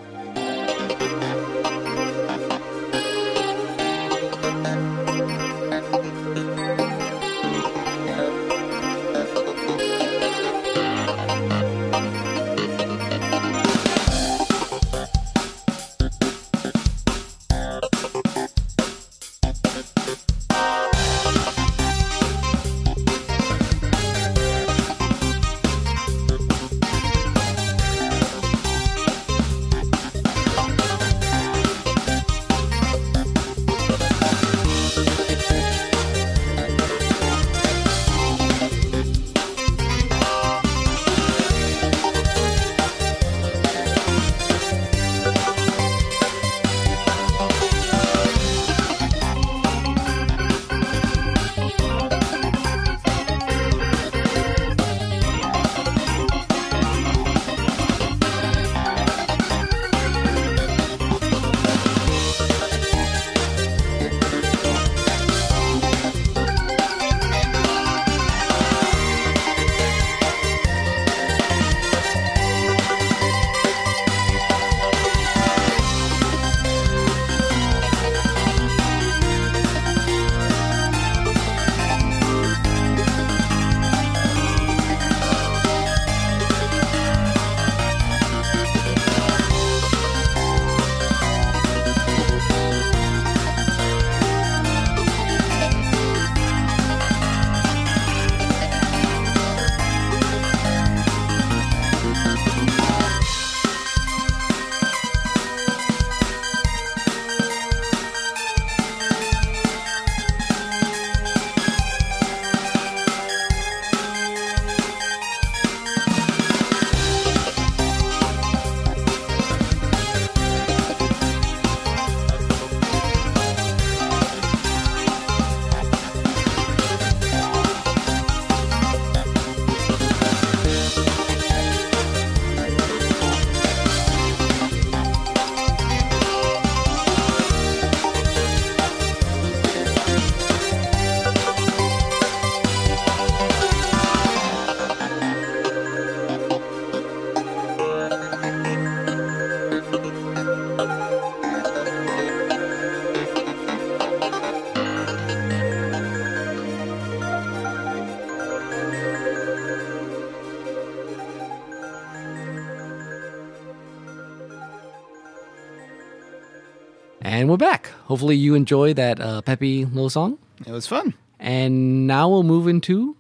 Speaker 1: And we're back. Hopefully, you enjoy that uh, peppy little song.
Speaker 2: It was fun.
Speaker 1: And now we'll move into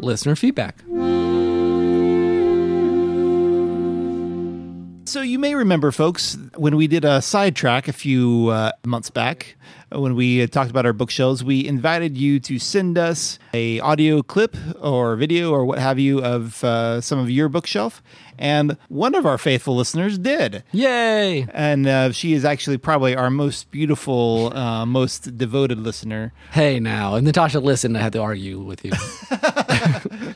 Speaker 1: listener feedback.
Speaker 2: So you may remember, folks, when we did a sidetrack a few uh, months back, uh, when we had talked about our bookshelves, we invited you to send us a audio clip or video or what have you of uh, some of your bookshelf, and one of our faithful listeners did.
Speaker 1: Yay!
Speaker 2: And uh, she is actually probably our most beautiful, uh, most devoted listener.
Speaker 1: Hey, now, and Natasha listened. I had to argue with you,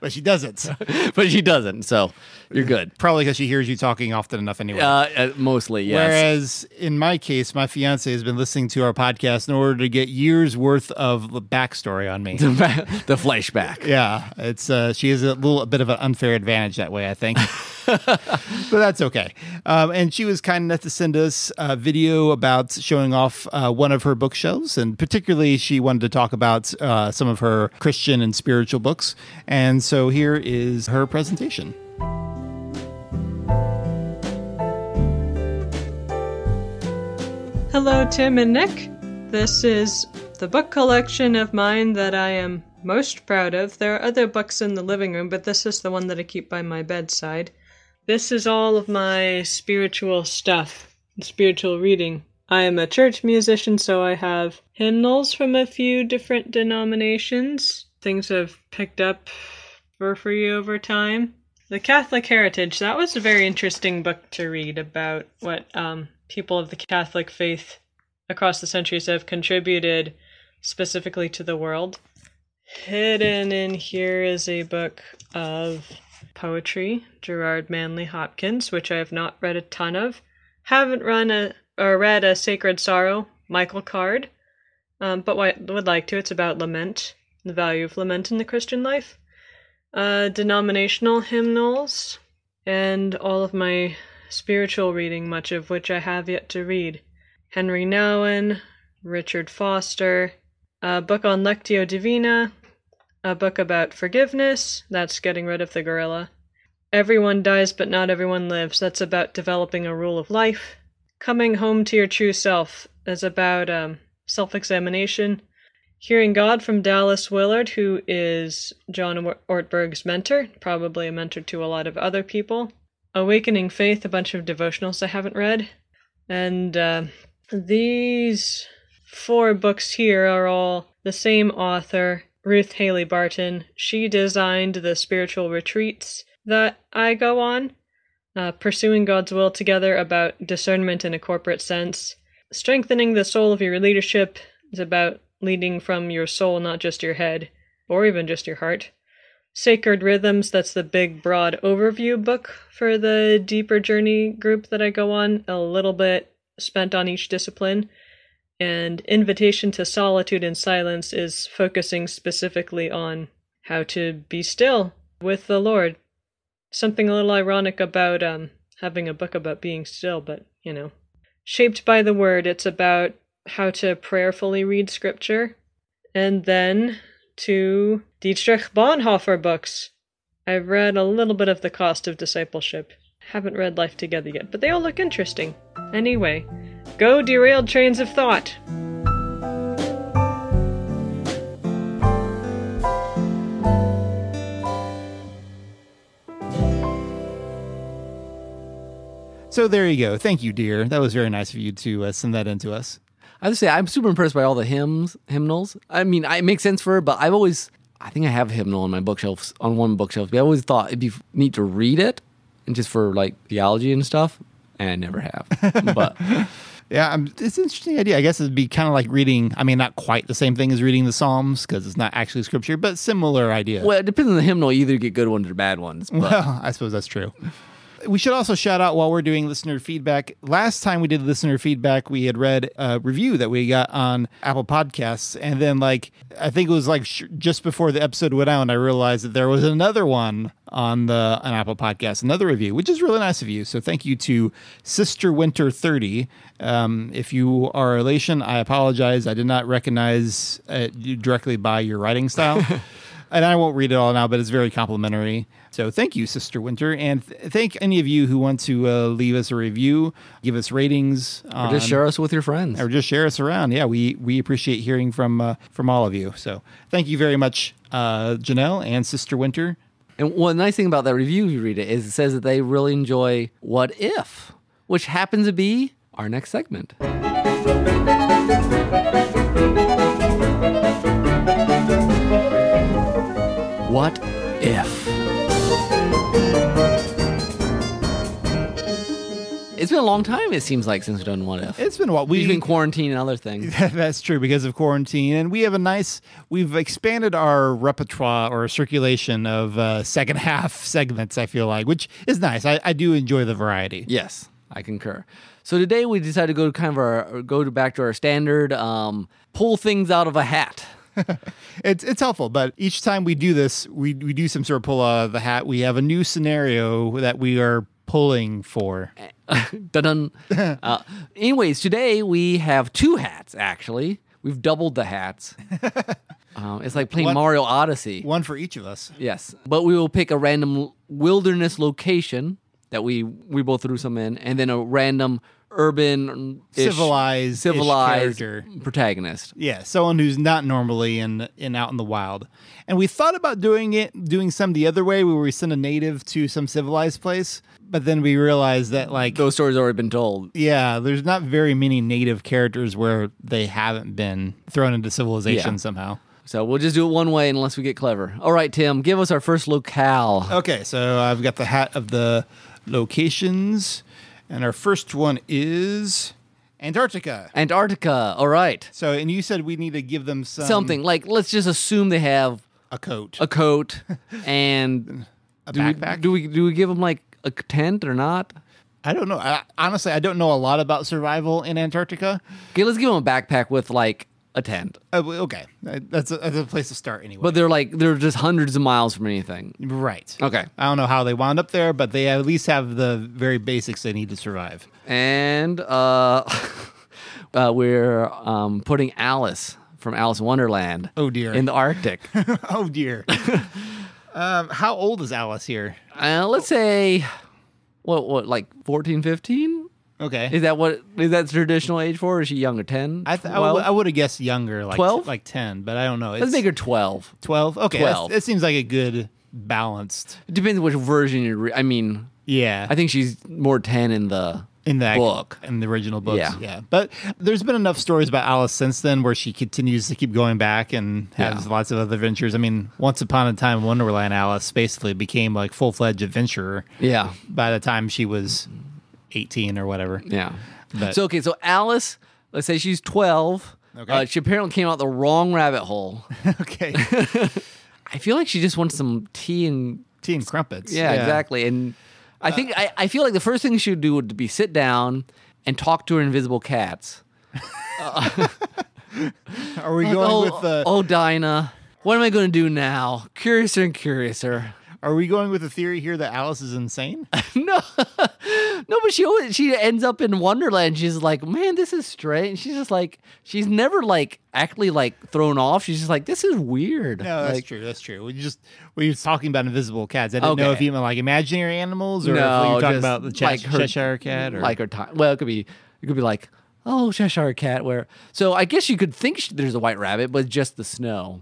Speaker 2: But she doesn't.
Speaker 1: but she doesn't. So you're good.
Speaker 2: probably because she hears you talking often enough anyway.
Speaker 1: Uh, uh, mostly, yes.
Speaker 2: Whereas in my case, my fiance has been listening to our podcast in order to get years worth of l- backstory on me.
Speaker 1: the flashback.
Speaker 2: yeah, it's uh, she has a little bit of an unfair advantage that way, I think. but that's okay. Um, and she was kind enough to send us a video about showing off uh, one of her bookshelves, and particularly she wanted to talk about uh, some of her Christian and spiritual books. And so here is her presentation.
Speaker 4: Hello, Tim and Nick. This is the book collection of mine that I am most proud of. There are other books in the living room, but this is the one that I keep by my bedside. This is all of my spiritual stuff, spiritual reading. I am a church musician, so I have hymnals from a few different denominations, things I've picked up for free over time. The Catholic Heritage, that was a very interesting book to read about what um, people of the Catholic faith across the centuries have contributed specifically to the world. Hidden in here is a book of poetry, Gerard Manley Hopkins, which I have not read a ton of. Haven't run a or read a Sacred Sorrow, Michael Card, um, but wi- would like to. It's about lament, the value of lament in the Christian life. Uh, denominational hymnals, and all of my spiritual reading, much of which I have yet to read. Henry Nouwen, Richard Foster, a book on Lectio Divina, a book about forgiveness, that's getting rid of the gorilla. Everyone dies, but not everyone lives, that's about developing a rule of life. Coming home to your true self is about um, self examination. Hearing God from Dallas Willard, who is John Or- Ortberg's mentor, probably a mentor to a lot of other people. Awakening Faith, a bunch of devotionals I haven't read. And uh, these four books here are all the same author, Ruth Haley Barton. She designed the spiritual retreats that I go on, uh, Pursuing God's Will Together about discernment in a corporate sense. Strengthening the soul of your leadership is about leading from your soul, not just your head, or even just your heart. Sacred Rhythms, that's the big, broad overview book for the deeper journey group that I go on, a little bit spent on each discipline. And Invitation to Solitude and Silence is focusing specifically on how to be still with the Lord. Something a little ironic about um, having a book about being still, but you know. Shaped by the Word, it's about how to prayerfully read Scripture and then to Dietrich Bonhoeffer books. I've read a little bit of The Cost of Discipleship. Haven't read Life Together yet, but they all look interesting. Anyway, go derailed trains of thought.
Speaker 2: So there you go. Thank you, dear. That was very nice of you to uh, send that in to us.
Speaker 1: I have to say, I'm super impressed by all the hymns, hymnals. I mean, I, it makes sense for her, but I've always, I think I have a hymnal on my bookshelves, on one bookshelf. But I always thought it'd be f- neat to read it, and just for like theology and stuff, and I never have. But
Speaker 2: Yeah, um, it's an interesting idea. I guess it'd be kind of like reading. I mean, not quite the same thing as reading the Psalms because it's not actually scripture, but similar idea.
Speaker 1: well, it depends on the hymnal. You either get good ones or bad ones. But
Speaker 2: Well, I suppose that's true. We should also shout out while we're doing listener feedback. Last time we did listener feedback, we had read a review that we got on Apple Podcasts. And then, like, I think it was like sh- just before the episode went out, I realized that there was another one on the on Apple Podcasts, another review, which is really nice of you. So thank you to Sister Winter 30. Um, if you are Elation, I apologize. I did not recognize uh, you directly by your writing style. and I won't read it all now, but it's very complimentary. So thank you, Sister Winter, and th- thank any of you who want to uh, leave us a review, give us ratings, uh,
Speaker 1: Or just share us with your friends.
Speaker 2: or just share us around. Yeah, we we appreciate hearing from uh, from all of you. So thank you very much, uh, Janelle and Sister Winter.
Speaker 1: And one nice thing about that review, if you read it, is it says that they really enjoy What If, which happens to be our next segment. What If? It's been a long time, it seems like, since we've done What If.
Speaker 2: It's been a while.
Speaker 1: We've
Speaker 2: We
Speaker 1: been quarantined and other things.
Speaker 2: That's true because of quarantine, and we have a nice. We've expanded our repertoire or circulation of uh, second half segments. I feel like, which is nice. I, I do enjoy the variety.
Speaker 1: Yes, I concur. So today we decided to go to kind of our go to back to our standard um, pull things out of a hat.
Speaker 2: It's it's helpful, but each time we do this, we we do some sort of pull out of the hat. We have a new scenario that we are pulling for.
Speaker 1: Dun-dun. uh, anyways, today we have two hats. Actually, we've doubled the hats. um, it's like playing
Speaker 2: One-
Speaker 1: Mario Odyssey.
Speaker 2: One for each of us.
Speaker 1: Yes, but we will pick a random wilderness location that we we both threw some in, and then a random urban
Speaker 2: Civilized-ish
Speaker 1: civilized
Speaker 2: character.
Speaker 1: protagonist.
Speaker 2: Yeah, someone who's not normally in in out in the wild. And we thought about doing it doing some the other way where we send a native to some civilized place, but then we realized that like
Speaker 1: Those stories have already been told.
Speaker 2: yeah, there's not very many native characters where they haven't been thrown into civilization
Speaker 1: Yeah.
Speaker 2: somehow.
Speaker 1: So we'll just do it one way unless we get clever. All right, Tim, give us our first locale.
Speaker 2: Okay, so I've got the hat of the locations and our first one is Antarctica.
Speaker 1: Antarctica. All right.
Speaker 2: So and you said we need to give them some
Speaker 1: Something like let's just assume they have
Speaker 2: a coat.
Speaker 1: a coat and
Speaker 2: A
Speaker 1: do we,
Speaker 2: backpack?
Speaker 1: do we do we give them like a tent or not?
Speaker 2: I don't know. I, honestly, I don't know a lot about survival in Antarctica.
Speaker 1: Okay, let's give them a backpack with like a tent.
Speaker 2: Uh, well, okay, Uh, that's a, that's a place to start anyway.
Speaker 1: But they're like they're just hundreds of miles from anything.
Speaker 2: right.
Speaker 1: Okay.
Speaker 2: I don't know how they wound up there, but they at least have the very basics they need to survive.
Speaker 1: And uh, uh we're um putting Alice from Alice in Wonderland.
Speaker 2: Oh, dear.
Speaker 1: In the Arctic.
Speaker 2: oh dear. um, how old is Alice here?
Speaker 1: uh, let's say what what like 14, 15?
Speaker 2: Okay.
Speaker 1: Is that what is that the traditional age for? Or is she younger? Ten?
Speaker 2: I, th- I,
Speaker 1: Twelve?
Speaker 2: w- I would have guessed younger, like
Speaker 1: 12?
Speaker 2: like ten, but I don't know. It's
Speaker 1: Let's make her twelve.
Speaker 2: twelve. Okay, that's-
Speaker 1: 12.
Speaker 2: that seems like a good balanced.
Speaker 1: It depends which version you're. Re- I mean,
Speaker 2: Yeah,
Speaker 1: I think she's more ten in the
Speaker 2: in that
Speaker 1: book.
Speaker 2: in the original books.
Speaker 1: Yeah.
Speaker 2: Yeah. But there's been enough stories about Alice since then where she continues to keep going back and has
Speaker 1: Yeah.
Speaker 2: lots of other adventures. I mean, once upon a time, Wonderland Alice basically became like full fledged adventurer
Speaker 1: Yeah,
Speaker 2: by the time she was 18 or whatever.
Speaker 1: yeah.
Speaker 2: But-
Speaker 1: so okay, so Alice, let's say she's twelve.
Speaker 2: Okay.
Speaker 1: Uh, she apparently came out the wrong rabbit hole.
Speaker 2: okay.
Speaker 1: I feel like she just wants some tea and
Speaker 2: Tea and crumpets.
Speaker 1: yeah, exactly. And I think I, I feel like the first thing she would do would be sit down and talk to her invisible cats.
Speaker 2: Are we going
Speaker 1: oh,
Speaker 2: with the
Speaker 1: oh Dinah, what am I going to do now? Curiouser and curiouser.
Speaker 2: Are we going with the theory here that Alice is insane?
Speaker 1: No, no, but she always, she ends up in Wonderland. She's like, man, this is strange. She's just like, she's never like actually like thrown off. She's just like, this is weird.
Speaker 2: No, that's
Speaker 1: Like,
Speaker 2: true. That's true. We just we were talking about invisible cats. I didn't know
Speaker 1: Okay.
Speaker 2: if you meant like imaginary animals or if you
Speaker 1: No,
Speaker 2: were talking
Speaker 1: just
Speaker 2: about the Che-
Speaker 1: like her-
Speaker 2: Cheshire cat or
Speaker 1: Like her time. Well, it could be, it could be like, oh, Cheshire Cat. Where? So I guess you could think sh there's a white rabbit, but just the snow.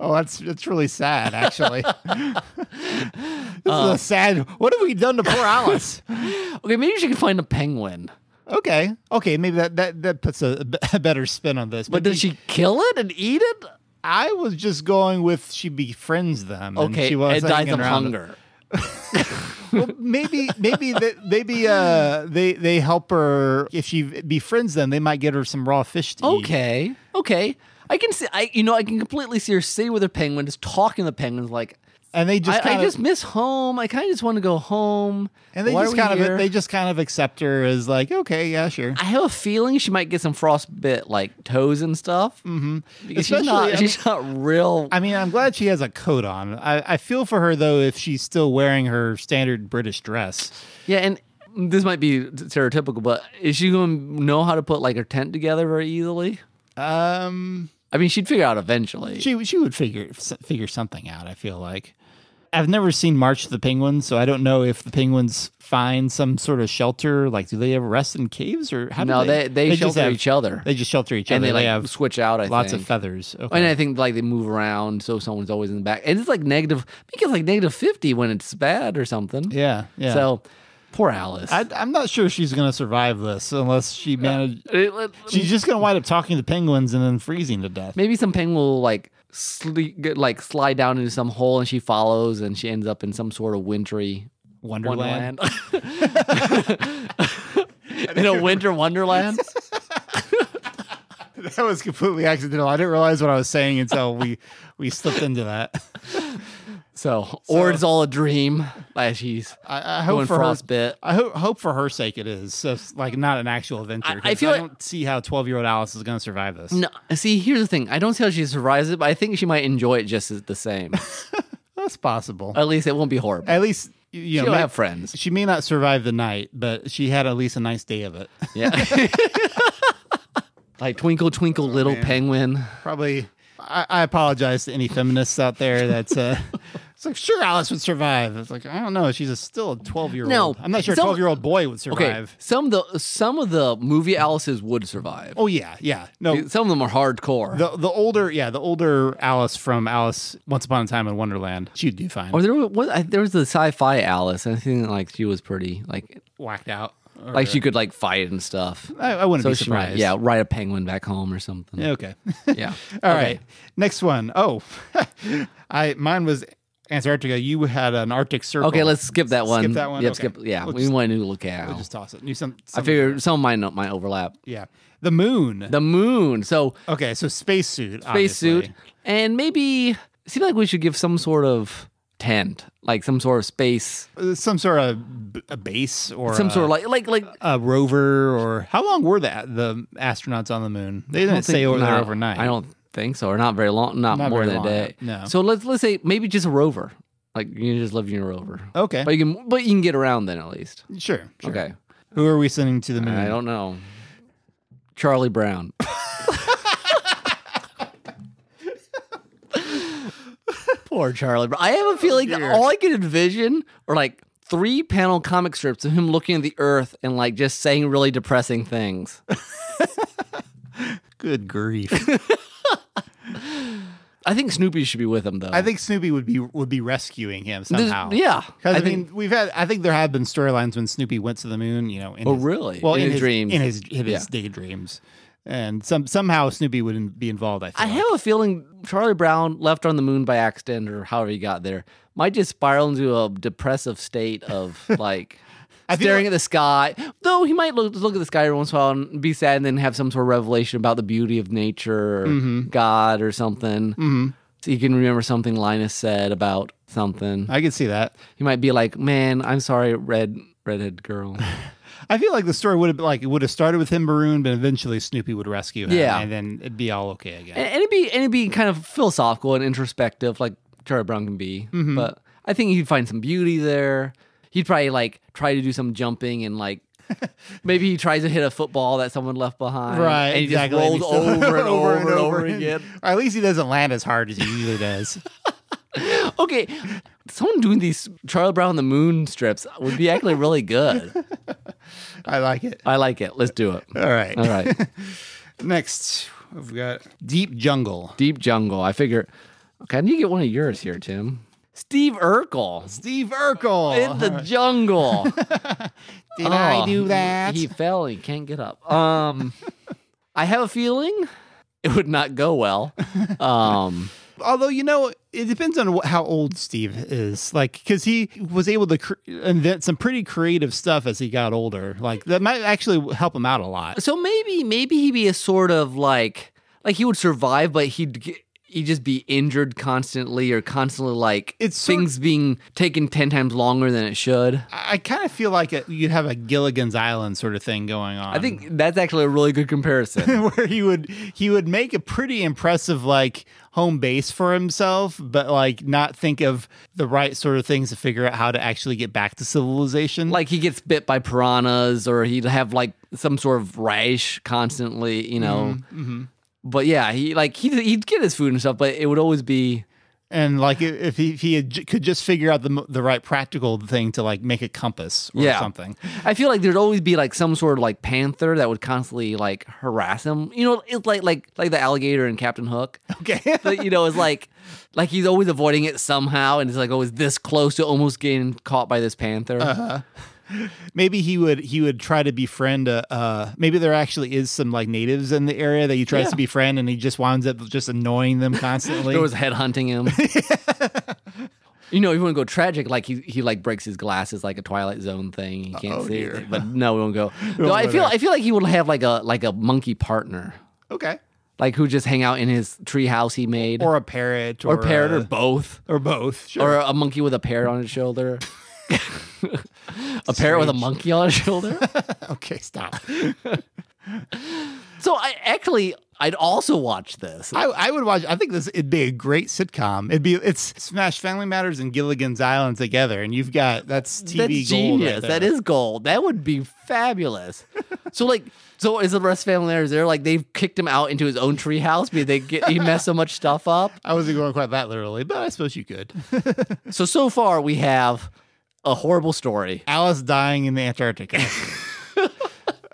Speaker 2: Oh, that's that's really sad, actually. this is a sad. What have we done to poor Alice?
Speaker 1: okay, maybe she could find a penguin.
Speaker 2: okay, okay, maybe that that that puts a, a better spin on this.
Speaker 1: But did she kill it and eat it?
Speaker 2: I was just going with she befriends them. and
Speaker 1: Okay,
Speaker 2: she was
Speaker 1: it dies
Speaker 2: hanging
Speaker 1: of
Speaker 2: around.
Speaker 1: hunger.
Speaker 2: Well, maybe maybe that maybe uh they they help her if she befriends them. They might get her some raw fish to eat.
Speaker 1: Okay. Okay. I can see. I you know I can completely see her sitting with her penguin, just talking to the penguins like.
Speaker 2: and they just
Speaker 1: I,
Speaker 2: kind
Speaker 1: I
Speaker 2: of
Speaker 1: just miss home. I kind of just want to go home.
Speaker 2: and they
Speaker 1: Why are
Speaker 2: just
Speaker 1: we
Speaker 2: kind
Speaker 1: here?
Speaker 2: of they just kind of accept her as like okay yeah sure.
Speaker 1: I have a feeling she might get some frostbit, like toes and stuff. Mm-hmm. Because she's
Speaker 2: Especially,
Speaker 1: not,
Speaker 2: I mean-
Speaker 1: she's not real.
Speaker 2: I mean, I'm glad she has a coat on. I, I feel for her though if she's still wearing her standard British dress.
Speaker 1: yeah, and this might be stereotypical, but is she going to know how to put like her tent together very easily?
Speaker 2: Um,
Speaker 1: I mean, she'd figure out eventually.
Speaker 2: She she would figure s- figure something out. I feel like I've never seen March of the Penguins, so I don't know if the penguins find some sort of shelter. Like, do they ever rest in caves or how?
Speaker 1: No,
Speaker 2: do they
Speaker 1: they- they
Speaker 2: just
Speaker 1: shelter
Speaker 2: have-
Speaker 1: each other.
Speaker 2: They just shelter each
Speaker 1: and
Speaker 2: other.
Speaker 1: they like
Speaker 2: have
Speaker 1: switch out. I
Speaker 2: lots
Speaker 1: think.
Speaker 2: of feathers. Okay.
Speaker 1: And I think like they move around, so someone's always in the back. And it's like negative. I think it's like negative fifty when it's bad or something.
Speaker 2: yeah, yeah.
Speaker 1: So poor Alice.
Speaker 2: I, I'm not sure she's gonna survive this unless she manage.
Speaker 1: It- it-
Speaker 2: She's just gonna wind up talking to penguins and then freezing to death.
Speaker 1: maybe some penguin will like sleep, get- like slide down into some hole, and she follows, and she ends up in some sort of wintry
Speaker 2: Wonderland.
Speaker 1: wonderland. in a winter wonderland.
Speaker 2: That was completely accidental. I didn't realize what I was saying until we we slipped into that.
Speaker 1: So, or it's all a dream. Like she's
Speaker 2: I, I
Speaker 1: going
Speaker 2: hope for her.
Speaker 1: frostbit.
Speaker 2: I hope, hope for her sake it is. So it's like not an actual adventure.
Speaker 1: I- I
Speaker 2: 'cause
Speaker 1: feel like-
Speaker 2: don't see how twelve year old Alice is going to survive this.
Speaker 1: No, see, here's the thing. I don't see how she survives it, but I think she might enjoy it just as the same.
Speaker 2: That's possible.
Speaker 1: At least it won't be horrible.
Speaker 2: at least you- you know,
Speaker 1: Uh, She'll
Speaker 2: may-
Speaker 1: have friends.
Speaker 2: She may not survive the night, but she had at least a nice day of it.
Speaker 1: Yeah. like twinkle twinkle
Speaker 2: Oh,
Speaker 1: little penguin.
Speaker 2: Probably. I, I apologize to any feminists out there. That's uh, it's like sure Alice would survive. It's like I don't know. She's a, still a twelve year old.
Speaker 1: No,
Speaker 2: I'm not sure a
Speaker 1: some-
Speaker 2: twelve year old boy would
Speaker 1: Okay,
Speaker 2: survive.
Speaker 1: some of the some of the movie Alice's would survive.
Speaker 2: Oh yeah, yeah. No,
Speaker 1: Some of them are hardcore.
Speaker 2: the the older yeah the older Alice from Alice Once Upon a Time in Wonderland. She'd do fine.
Speaker 1: or there was I, there was the sci-fi Alice. and I think like she was pretty like
Speaker 2: whacked out. Or-
Speaker 1: like she could like fight and stuff.
Speaker 2: Oh, I, I wouldn't
Speaker 1: So
Speaker 2: be
Speaker 1: she might
Speaker 2: surprised.
Speaker 1: yeah ride a penguin back home or something. Yeah.
Speaker 2: Okay. All right. Next one. Oh, I mine was Antarctica. You had an Arctic Circle.
Speaker 1: Okay, let's skip that one.
Speaker 2: that one?
Speaker 1: Yep,
Speaker 2: Okay.
Speaker 1: skip. Yeah,
Speaker 2: We'll
Speaker 1: we
Speaker 2: just-
Speaker 1: want to look at.
Speaker 2: We'll just toss it. Do some,
Speaker 1: I
Speaker 2: some-
Speaker 1: figure some of mine not- might overlap.
Speaker 2: Yeah. The moon.
Speaker 1: The moon. So
Speaker 2: okay, so spacesuit.
Speaker 1: spacesuit,
Speaker 2: obviously.
Speaker 1: and maybe it seems like we should give some sort of tent, like some sort of space,
Speaker 2: Uh, Some sort of b- a base or
Speaker 1: some
Speaker 2: a,
Speaker 1: sort of like like like.
Speaker 2: a rover or how long were the the astronauts on the moon? They
Speaker 1: I
Speaker 2: didn't
Speaker 1: don't
Speaker 2: stay
Speaker 1: think-
Speaker 2: over there
Speaker 1: no,
Speaker 2: overnight.
Speaker 1: I don't think so, or not very long, not,
Speaker 2: Not
Speaker 1: more
Speaker 2: very
Speaker 1: than a
Speaker 2: long,
Speaker 1: day.
Speaker 2: no.
Speaker 1: So let's let's say maybe just a rover. Like you can just live in your rover.
Speaker 2: Okay.
Speaker 1: But you can but you can get around then at least.
Speaker 2: Sure, sure.
Speaker 1: Okay.
Speaker 2: Who are we sending to the moon?
Speaker 1: I don't know. Mm. Charlie Brown. Poor Charlie Brown. I have a feeling that all I can envision are like three panel comic strips of him looking at the earth and like just saying really depressing things.
Speaker 2: Good grief.
Speaker 1: I think Snoopy should be with him though.
Speaker 2: I think Snoopy would be would be rescuing him
Speaker 1: There's-
Speaker 2: somehow.
Speaker 1: yeah.
Speaker 2: Because I,
Speaker 1: think-
Speaker 2: mean, we've had. I think there have been storylines when Snoopy went to the moon. You know. In
Speaker 1: Oh, really?
Speaker 2: Well,
Speaker 1: In
Speaker 2: in,
Speaker 1: his
Speaker 2: his
Speaker 1: dreams.
Speaker 2: In his in his
Speaker 1: Yeah.
Speaker 2: daydreams, and some somehow Snoopy wouldn't be involved. I, feel
Speaker 1: I
Speaker 2: like.
Speaker 1: have a feeling Charlie Brown left on the moon by accident or however he got there might just spiral into a depressive state of like
Speaker 2: I feel
Speaker 1: staring at
Speaker 2: like-
Speaker 1: the sky. Though he might look look at the sky every once in a while and be sad and then have some sort of revelation about the beauty of nature or God or something. Mm-hmm. So he can remember something Linus said about something.
Speaker 2: I could see that.
Speaker 1: He might be like, Man, I'm sorry, red redhead girl.
Speaker 2: I feel like the story would have like it would have started with him marooned, but eventually Snoopy would rescue him.
Speaker 1: Yeah.
Speaker 2: and then it'd be all okay again.
Speaker 1: and, and it'd be and it'd be kind of philosophical and introspective, like Charlie Brown can be. But I think he'd find some beauty there. He'd probably like try to do some jumping and like maybe he tries to hit a football that someone left behind.
Speaker 2: Right,
Speaker 1: and he
Speaker 2: exactly. and
Speaker 1: just
Speaker 2: he
Speaker 1: rolls
Speaker 2: still-
Speaker 1: over and over and over again.
Speaker 2: Or at least he doesn't land as hard as he usually does.
Speaker 1: Okay, someone doing these Charlie Brown on the Moon strips would be actually really good.
Speaker 2: I like it.
Speaker 1: I like it. Let's do it.
Speaker 2: All right.
Speaker 1: All right,
Speaker 2: Next, we've got Deep Jungle.
Speaker 1: Deep Jungle. I figure. Okay, I need to get one of yours here, Tim. Steve Urkel.
Speaker 2: Steve Urkel.
Speaker 1: in the jungle.
Speaker 2: Did
Speaker 1: Oh,
Speaker 2: I do
Speaker 1: he-
Speaker 2: that?
Speaker 1: He, fell and he can't get up. Um, I have a feeling it would not go well. Um,
Speaker 2: Although you know, it depends on wh- how old Steve is. Like, because he was able to cr- invent some pretty creative stuff as he got older. Like that might actually help him out a lot.
Speaker 1: so maybe maybe he'd be a sort of like like he would survive, but he'd get, he'd just be injured constantly or constantly like
Speaker 2: It's sort-
Speaker 1: things being taken ten times longer than it should.
Speaker 2: I, I kind of feel like it, you have a Gilligan's Island sort of thing going on.
Speaker 1: I think that's actually a really good comparison.
Speaker 2: where he would he would make a pretty impressive like home base for himself, but like not think of the right sort of things to figure out how to actually get back to civilization.
Speaker 1: like he gets bit by
Speaker 2: Mm-hmm.
Speaker 1: piranhas or he'd have like some sort of rash constantly, you know. But yeah, he like he he'd get his food and stuff, but it would always be
Speaker 2: And like i- if he, if he had, j- could just figure out the mo- the right practical thing to like make a compass or
Speaker 1: yeah
Speaker 2: something.
Speaker 1: I feel like there'd always be like some sort of like panther that would constantly like harass him. You know, it's like like like the alligator in Captain Hook.
Speaker 2: Okay.
Speaker 1: But, you know, it's like like he's always avoiding it somehow, and it's like always this close to almost getting caught by this panther.
Speaker 2: Uh-huh. maybe he would he would try to befriend a uh maybe there actually is some like natives in the area that he tries
Speaker 1: Yeah.
Speaker 2: to befriend and he just winds up just annoying them constantly.
Speaker 1: There was headhunting him. You know, if you want to go tragic, like he, he like breaks his glasses like a Twilight Zone thing. He can't
Speaker 2: Oh,
Speaker 1: see
Speaker 2: dear.
Speaker 1: it. But no, we won't go.
Speaker 2: won't
Speaker 1: No, I
Speaker 2: go
Speaker 1: feel
Speaker 2: there.
Speaker 1: I feel like he would have like a like a monkey partner.
Speaker 2: okay.
Speaker 1: Like who just hang out in his tree house he made.
Speaker 2: Or a parrot or,
Speaker 1: or parrot or
Speaker 2: a-
Speaker 1: both.
Speaker 2: or both. Sure.
Speaker 1: Or a monkey with a parrot on his shoulder. a parrot with a monkey on his shoulder.
Speaker 2: okay, stop.
Speaker 1: so I actually I'd also watch this.
Speaker 2: I, I would watch I think this it'd be a great sitcom. It'd be it's Smash Family Matters and Gilligan's Island together and you've got that's TV
Speaker 1: That's
Speaker 2: gold right
Speaker 1: genius.
Speaker 2: there.
Speaker 1: that is gold. That would be fabulous. so like, so is the rest family there? Is there like they've kicked him out into his own treehouse because they get, he messed so much stuff up?
Speaker 2: I wasn't going quite that literally, but I suppose you could.
Speaker 1: So so far we have a horrible story.
Speaker 2: Alice dying in Antarctica.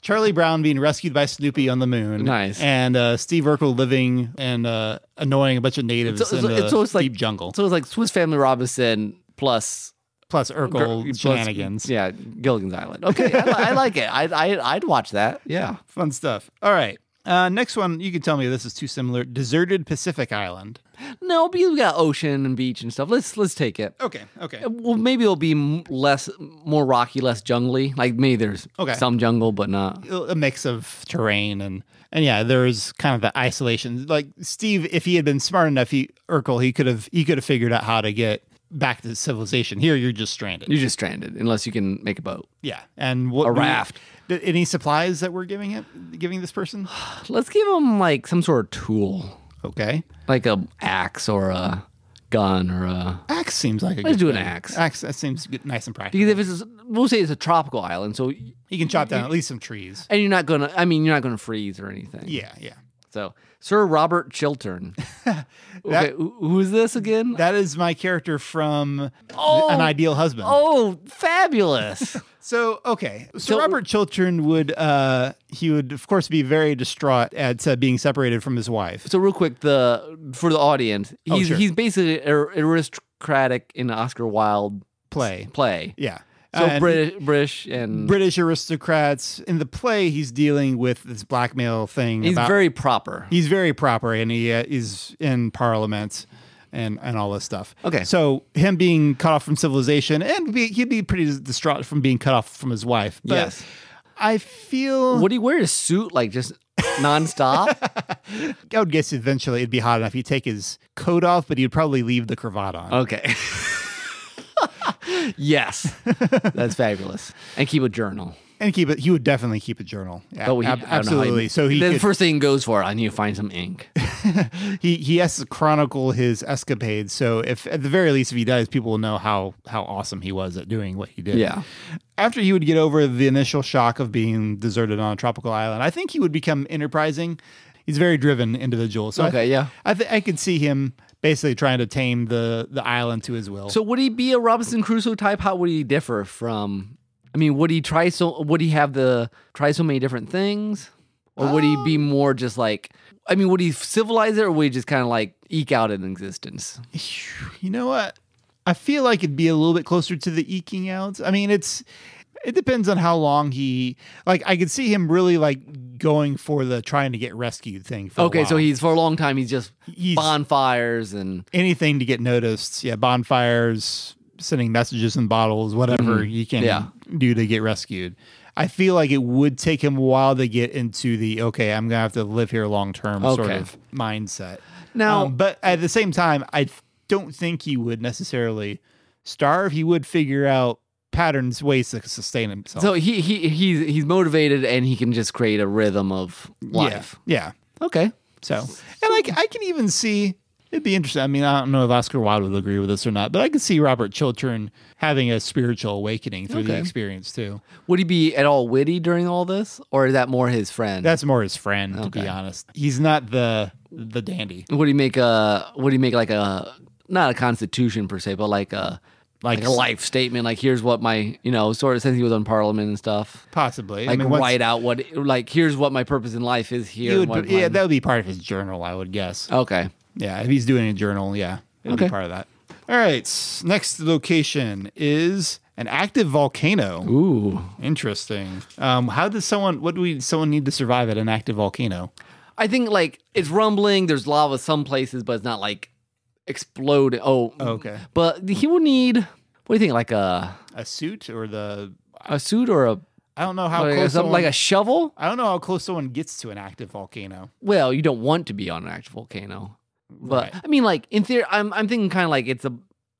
Speaker 2: Charlie Brown being rescued by Snoopy on the moon.
Speaker 1: Nice.
Speaker 2: And uh, Steve Urkel living and uh, annoying a bunch of natives
Speaker 1: So, so-
Speaker 2: in
Speaker 1: so
Speaker 2: the
Speaker 1: it's almost like
Speaker 2: deep jungle.
Speaker 1: So it's like Swiss Family Robinson plus
Speaker 2: plus Urkel
Speaker 1: plus-
Speaker 2: shenanigans.
Speaker 1: yeah, Gilligan's Island. Okay, I, li- I like it. I, I I'd watch that. Yeah.
Speaker 2: Fun stuff. All right. Uh, next one, you can tell me this is too similar. Deserted Pacific Island.
Speaker 1: No, but you got ocean and beach and stuff. Let's let's take it.
Speaker 2: Okay. Okay.
Speaker 1: Well, maybe it'll be m- less, more rocky, less jungly. Like maybe there's
Speaker 2: Okay.
Speaker 1: some jungle, but not.
Speaker 2: Uh, A mix of terrain and and yeah, there's kind of the isolation. Like Steve, if he had been smart enough, he Urkel, he could have he could have figured out how to get back to civilization. Here, you're just stranded.
Speaker 1: You're just stranded unless you can make a boat.
Speaker 2: Yeah, and what
Speaker 1: A
Speaker 2: we-
Speaker 1: raft.
Speaker 2: th- any supplies that we're giving it, giving this person?
Speaker 1: Let's give them like some sort of tool,
Speaker 2: Okay,
Speaker 1: like a axe or a gun or a.
Speaker 2: axe seems like a
Speaker 1: Let's
Speaker 2: good
Speaker 1: do an
Speaker 2: thing.
Speaker 1: axe.
Speaker 2: Axe that seems good, nice and practical.
Speaker 1: Because if it's we'll say it's a tropical island, so
Speaker 2: You can chop down at least some trees.
Speaker 1: and you're not gonna. I mean, you're not gonna freeze or anything.
Speaker 2: Yeah, yeah.
Speaker 1: So Sir Robert Chiltern. okay, who, who is this again?
Speaker 2: That is my character from
Speaker 1: Oh.
Speaker 2: An Ideal Husband.
Speaker 1: oh, fabulous.
Speaker 2: So okay, so,
Speaker 1: So-
Speaker 2: Robert Chiltern would uh he would of course be very distraught at uh, being separated from his wife.
Speaker 1: so real quick the for the audience he's
Speaker 2: Oh, sure.
Speaker 1: he's basically ar- aristocratic in Oscar Wilde
Speaker 2: Play,
Speaker 1: play
Speaker 2: yeah.
Speaker 1: so
Speaker 2: And-
Speaker 1: British British and
Speaker 2: British aristocrats in the play, he's dealing with this blackmail thing.
Speaker 1: he's
Speaker 2: about-
Speaker 1: very proper
Speaker 2: He's very proper, and he uh, is in parliament and and all this stuff.
Speaker 1: Okay.
Speaker 2: so him being cut off from civilization, and be, he'd be pretty distraught from being cut off from his wife. But
Speaker 1: Yes.
Speaker 2: I feel
Speaker 1: would he wear his suit like just nonstop
Speaker 2: I would guess eventually it'd be hot enough. He'd take his coat off, but he'd probably leave the cravat on.
Speaker 1: okay yes that's fabulous and keep a journal
Speaker 2: and keep it. He would definitely keep a journal. Yeah,
Speaker 1: Oh, he-
Speaker 2: ab-
Speaker 1: I don't know how
Speaker 2: absolutely. so he
Speaker 1: the
Speaker 2: could-
Speaker 1: first thing he goes for I need to find some ink
Speaker 2: he he has to chronicle his escapades. So if at the very least, if he dies, people will know how how awesome he was at doing what he did.
Speaker 1: Yeah.
Speaker 2: After he would get over the initial shock of being deserted on a tropical island, I think he would become enterprising. He's a very driven individual. So I
Speaker 1: Okay,
Speaker 2: thi-
Speaker 1: yeah.
Speaker 2: I th- I could see him basically trying to tame the the island to his will.
Speaker 1: so would he be a Robinson Crusoe type how would he differ from I mean would he try so would he have the try so many different things or would he
Speaker 2: Um,
Speaker 1: be more just like I mean would he civilize it or would he just kind of like eke out an existence
Speaker 2: you know what? I feel like it'd be a little bit closer to the eking out. I mean, it's it depends on how long he like. I could see him really like going for the trying to get rescued thing. For a
Speaker 1: Okay, so
Speaker 2: while.
Speaker 1: he's for a long time he's just
Speaker 2: He's-
Speaker 1: bonfires and
Speaker 2: anything to get noticed. Yeah, bonfires, sending messages in bottles, whatever you can
Speaker 1: Mm-hmm. Yeah.
Speaker 2: do to get rescued. I feel like it would take him a while to get into the okay, I'm gonna have to live here long term sort
Speaker 1: Okay.
Speaker 2: of mindset.
Speaker 1: Now-
Speaker 2: Um, but at the same time, I don't think he would necessarily starve. He would figure out patterns, ways to sustain himself.
Speaker 1: so he he he's he's motivated and he can just create a rhythm of
Speaker 2: yeah,
Speaker 1: life.
Speaker 2: yeah.
Speaker 1: Okay.
Speaker 2: So, and I, I can even see It'd be interesting. I mean, I don't know if Oscar Wilde would agree with this or not, but I could see Robert Chiltern having a spiritual awakening through the
Speaker 1: Okay.
Speaker 2: experience too.
Speaker 1: Would he be at all witty during all this, or is that more his friend?
Speaker 2: That's more his friend, to be
Speaker 1: Okay.
Speaker 2: honest. He's not the the dandy
Speaker 1: would he make a? Would he make like a not a constitution per se, but like a
Speaker 2: like,
Speaker 1: like a life statement? Like here's what my you know sort of since he was on Parliament and stuff.
Speaker 2: possibly.
Speaker 1: Like
Speaker 2: once-
Speaker 1: write out what like here's what my purpose in life is
Speaker 2: he
Speaker 1: here. and
Speaker 2: would-
Speaker 1: what
Speaker 2: yeah,
Speaker 1: mine-
Speaker 2: that would be part of his journal, I would guess.
Speaker 1: okay.
Speaker 2: Yeah, if he's doing a journal, yeah, it'd be
Speaker 1: Okay.
Speaker 2: part of that. All right, s- next location is an active volcano.
Speaker 1: Ooh.
Speaker 2: Interesting. Um, how does someone? What do we? Someone need to survive at an active volcano?
Speaker 1: I think like it's rumbling. There's lava some places, but it's not like exploding. Oh,
Speaker 2: Okay.
Speaker 1: But he will need. What do you think? Like a
Speaker 2: A suit or the?
Speaker 1: a suit or a
Speaker 2: I don't know how
Speaker 1: like,
Speaker 2: close
Speaker 1: something
Speaker 2: someone,
Speaker 1: like a shovel?
Speaker 2: I don't know how close someone gets to an active volcano.
Speaker 1: Well, you don't want to be on an actual volcano. But
Speaker 2: Right.
Speaker 1: I mean, like in theory, I'm I'm thinking kind of like it's a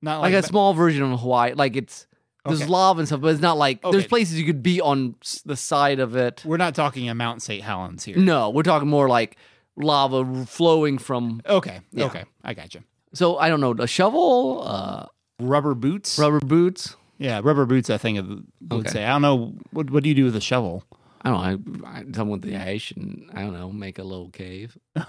Speaker 2: Not
Speaker 1: like,
Speaker 2: like,
Speaker 1: a small version of Hawaii. Like it's there's
Speaker 2: Okay.
Speaker 1: lava and stuff, but it's not like there's
Speaker 2: Okay.
Speaker 1: places you could be on s- the side of it.
Speaker 2: We're not talking a Mount St. Helens here.
Speaker 1: No, we're talking more like lava flowing from.
Speaker 2: Okay.
Speaker 1: Yeah.
Speaker 2: Okay. I got you.
Speaker 1: So I don't know a shovel, uh,
Speaker 2: Rubber boots.
Speaker 1: rubber boots.
Speaker 2: yeah, rubber boots. I think of- would
Speaker 1: Okay.
Speaker 2: say. I don't know. What What do you do with a shovel?
Speaker 1: I don't know. I, I, someone with the ash and I don't know, make a little cave. I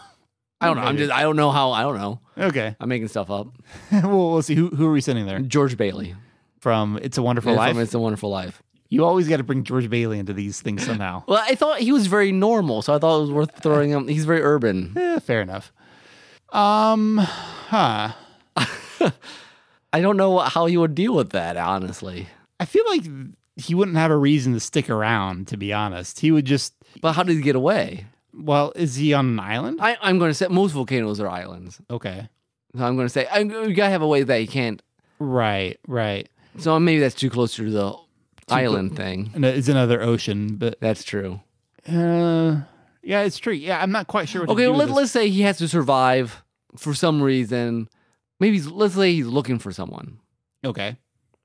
Speaker 1: don't know. I'm
Speaker 2: Maybe.
Speaker 1: just. I don't know how. I don't know.
Speaker 2: Okay.
Speaker 1: I'm making stuff up.
Speaker 2: well, we'll see. Who Who are we sending there
Speaker 1: George Bailey
Speaker 2: from? It's a Wonderful
Speaker 1: from
Speaker 2: Life.
Speaker 1: It's a Wonderful Life.
Speaker 2: You always got to bring George Bailey into these things somehow.
Speaker 1: Well, I thought he was very normal, so I thought it was worth throwing him. He's very urban.
Speaker 2: Eh, fair enough. Um, huh.
Speaker 1: I don't know how you would deal with that, honestly.
Speaker 2: I feel like he wouldn't have a reason to stick around. To be honest, he would just.
Speaker 1: But how did he get away?
Speaker 2: Well, is he on an island?
Speaker 1: I, I'm going to say most volcanoes are islands,
Speaker 2: Okay.
Speaker 1: so I'm going to say I, you gotta have a way that you can't.
Speaker 2: Right. Right.
Speaker 1: So maybe that's too close to the island thing.
Speaker 2: And it's another ocean, but
Speaker 1: That's true.
Speaker 2: uh, yeah, it's true. Yeah, I'm not quite sure. What
Speaker 1: Okay,
Speaker 2: To do
Speaker 1: well,
Speaker 2: with
Speaker 1: let, let's say he has to survive for some reason. Maybe he's, let's say he's looking for someone.
Speaker 2: this. Okay.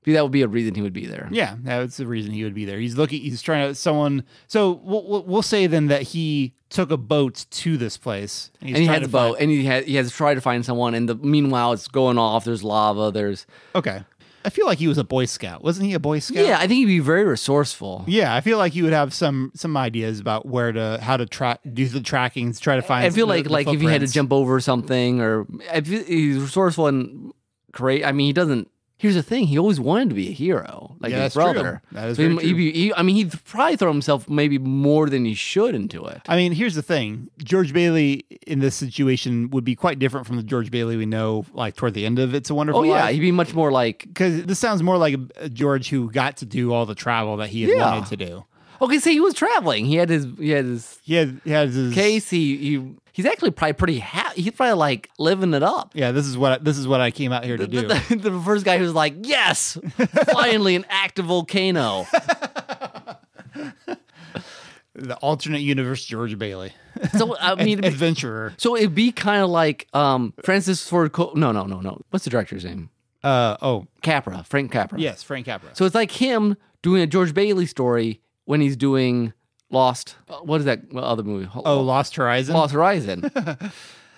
Speaker 1: Maybe that would be a reason he would be there.
Speaker 2: Yeah, that's the reason he would be there. He's looking. He's trying to someone. So we'll, we'll- we'll say then that he took a boat to this place, he's
Speaker 1: and he
Speaker 2: trying
Speaker 1: has
Speaker 2: to
Speaker 1: a boat,
Speaker 2: find-
Speaker 1: and he has he has tried to find someone, and the meanwhile it's going off. There's lava. There's
Speaker 2: Okay. I feel like he was a Boy Scout. Wasn't he a Boy Scout?
Speaker 1: yeah. I think he'd be very resourceful.
Speaker 2: Yeah, I feel like you would have some some ideas about where to how to track do the trackings, try to find.
Speaker 1: I feel
Speaker 2: the-
Speaker 1: like
Speaker 2: the
Speaker 1: like if he had to
Speaker 2: footprints.
Speaker 1: jump over something, or I feel- he's resourceful and great. I mean, he doesn't. Here's the thing: he always wanted to be a hero, like
Speaker 2: Yeah,
Speaker 1: his
Speaker 2: that's true.
Speaker 1: brother.
Speaker 2: That is
Speaker 1: So he-
Speaker 2: very
Speaker 1: he'd
Speaker 2: true.
Speaker 1: be- he- I mean, he'd probably throw himself maybe more than he should into it.
Speaker 2: I mean, here's the thing: George Bailey in this situation would be quite different from the George Bailey we know, like toward the end of "It's a Wonderful
Speaker 1: Oh yeah,
Speaker 2: Life."
Speaker 1: he'd be much more like
Speaker 2: Because this sounds more like a- a George who got to do all the travel that he had
Speaker 1: Yeah.
Speaker 2: wanted to do.
Speaker 1: Okay, so he was traveling. He had his he had his
Speaker 2: He had, he has his
Speaker 1: case. He, he he's actually probably pretty happy. He's probably like living it up.
Speaker 2: Yeah, this is what this is what I came out here to do.
Speaker 1: The, the first guy who's like, yes, finally an active volcano.
Speaker 2: the alternate universe George Bailey,
Speaker 1: So I mean, it'd be-
Speaker 2: adventurer.
Speaker 1: so it'd be kind of like um Francis Ford. Co- no, no, no, no. What's the director's name?
Speaker 2: Uh oh,
Speaker 1: Capra, Frank Capra.
Speaker 2: yes, Frank Capra.
Speaker 1: So it's like him doing a George Bailey story when he's doing Lost. uh, What is that other movie?
Speaker 2: oh, Lost Horizon.
Speaker 1: Lost Horizon.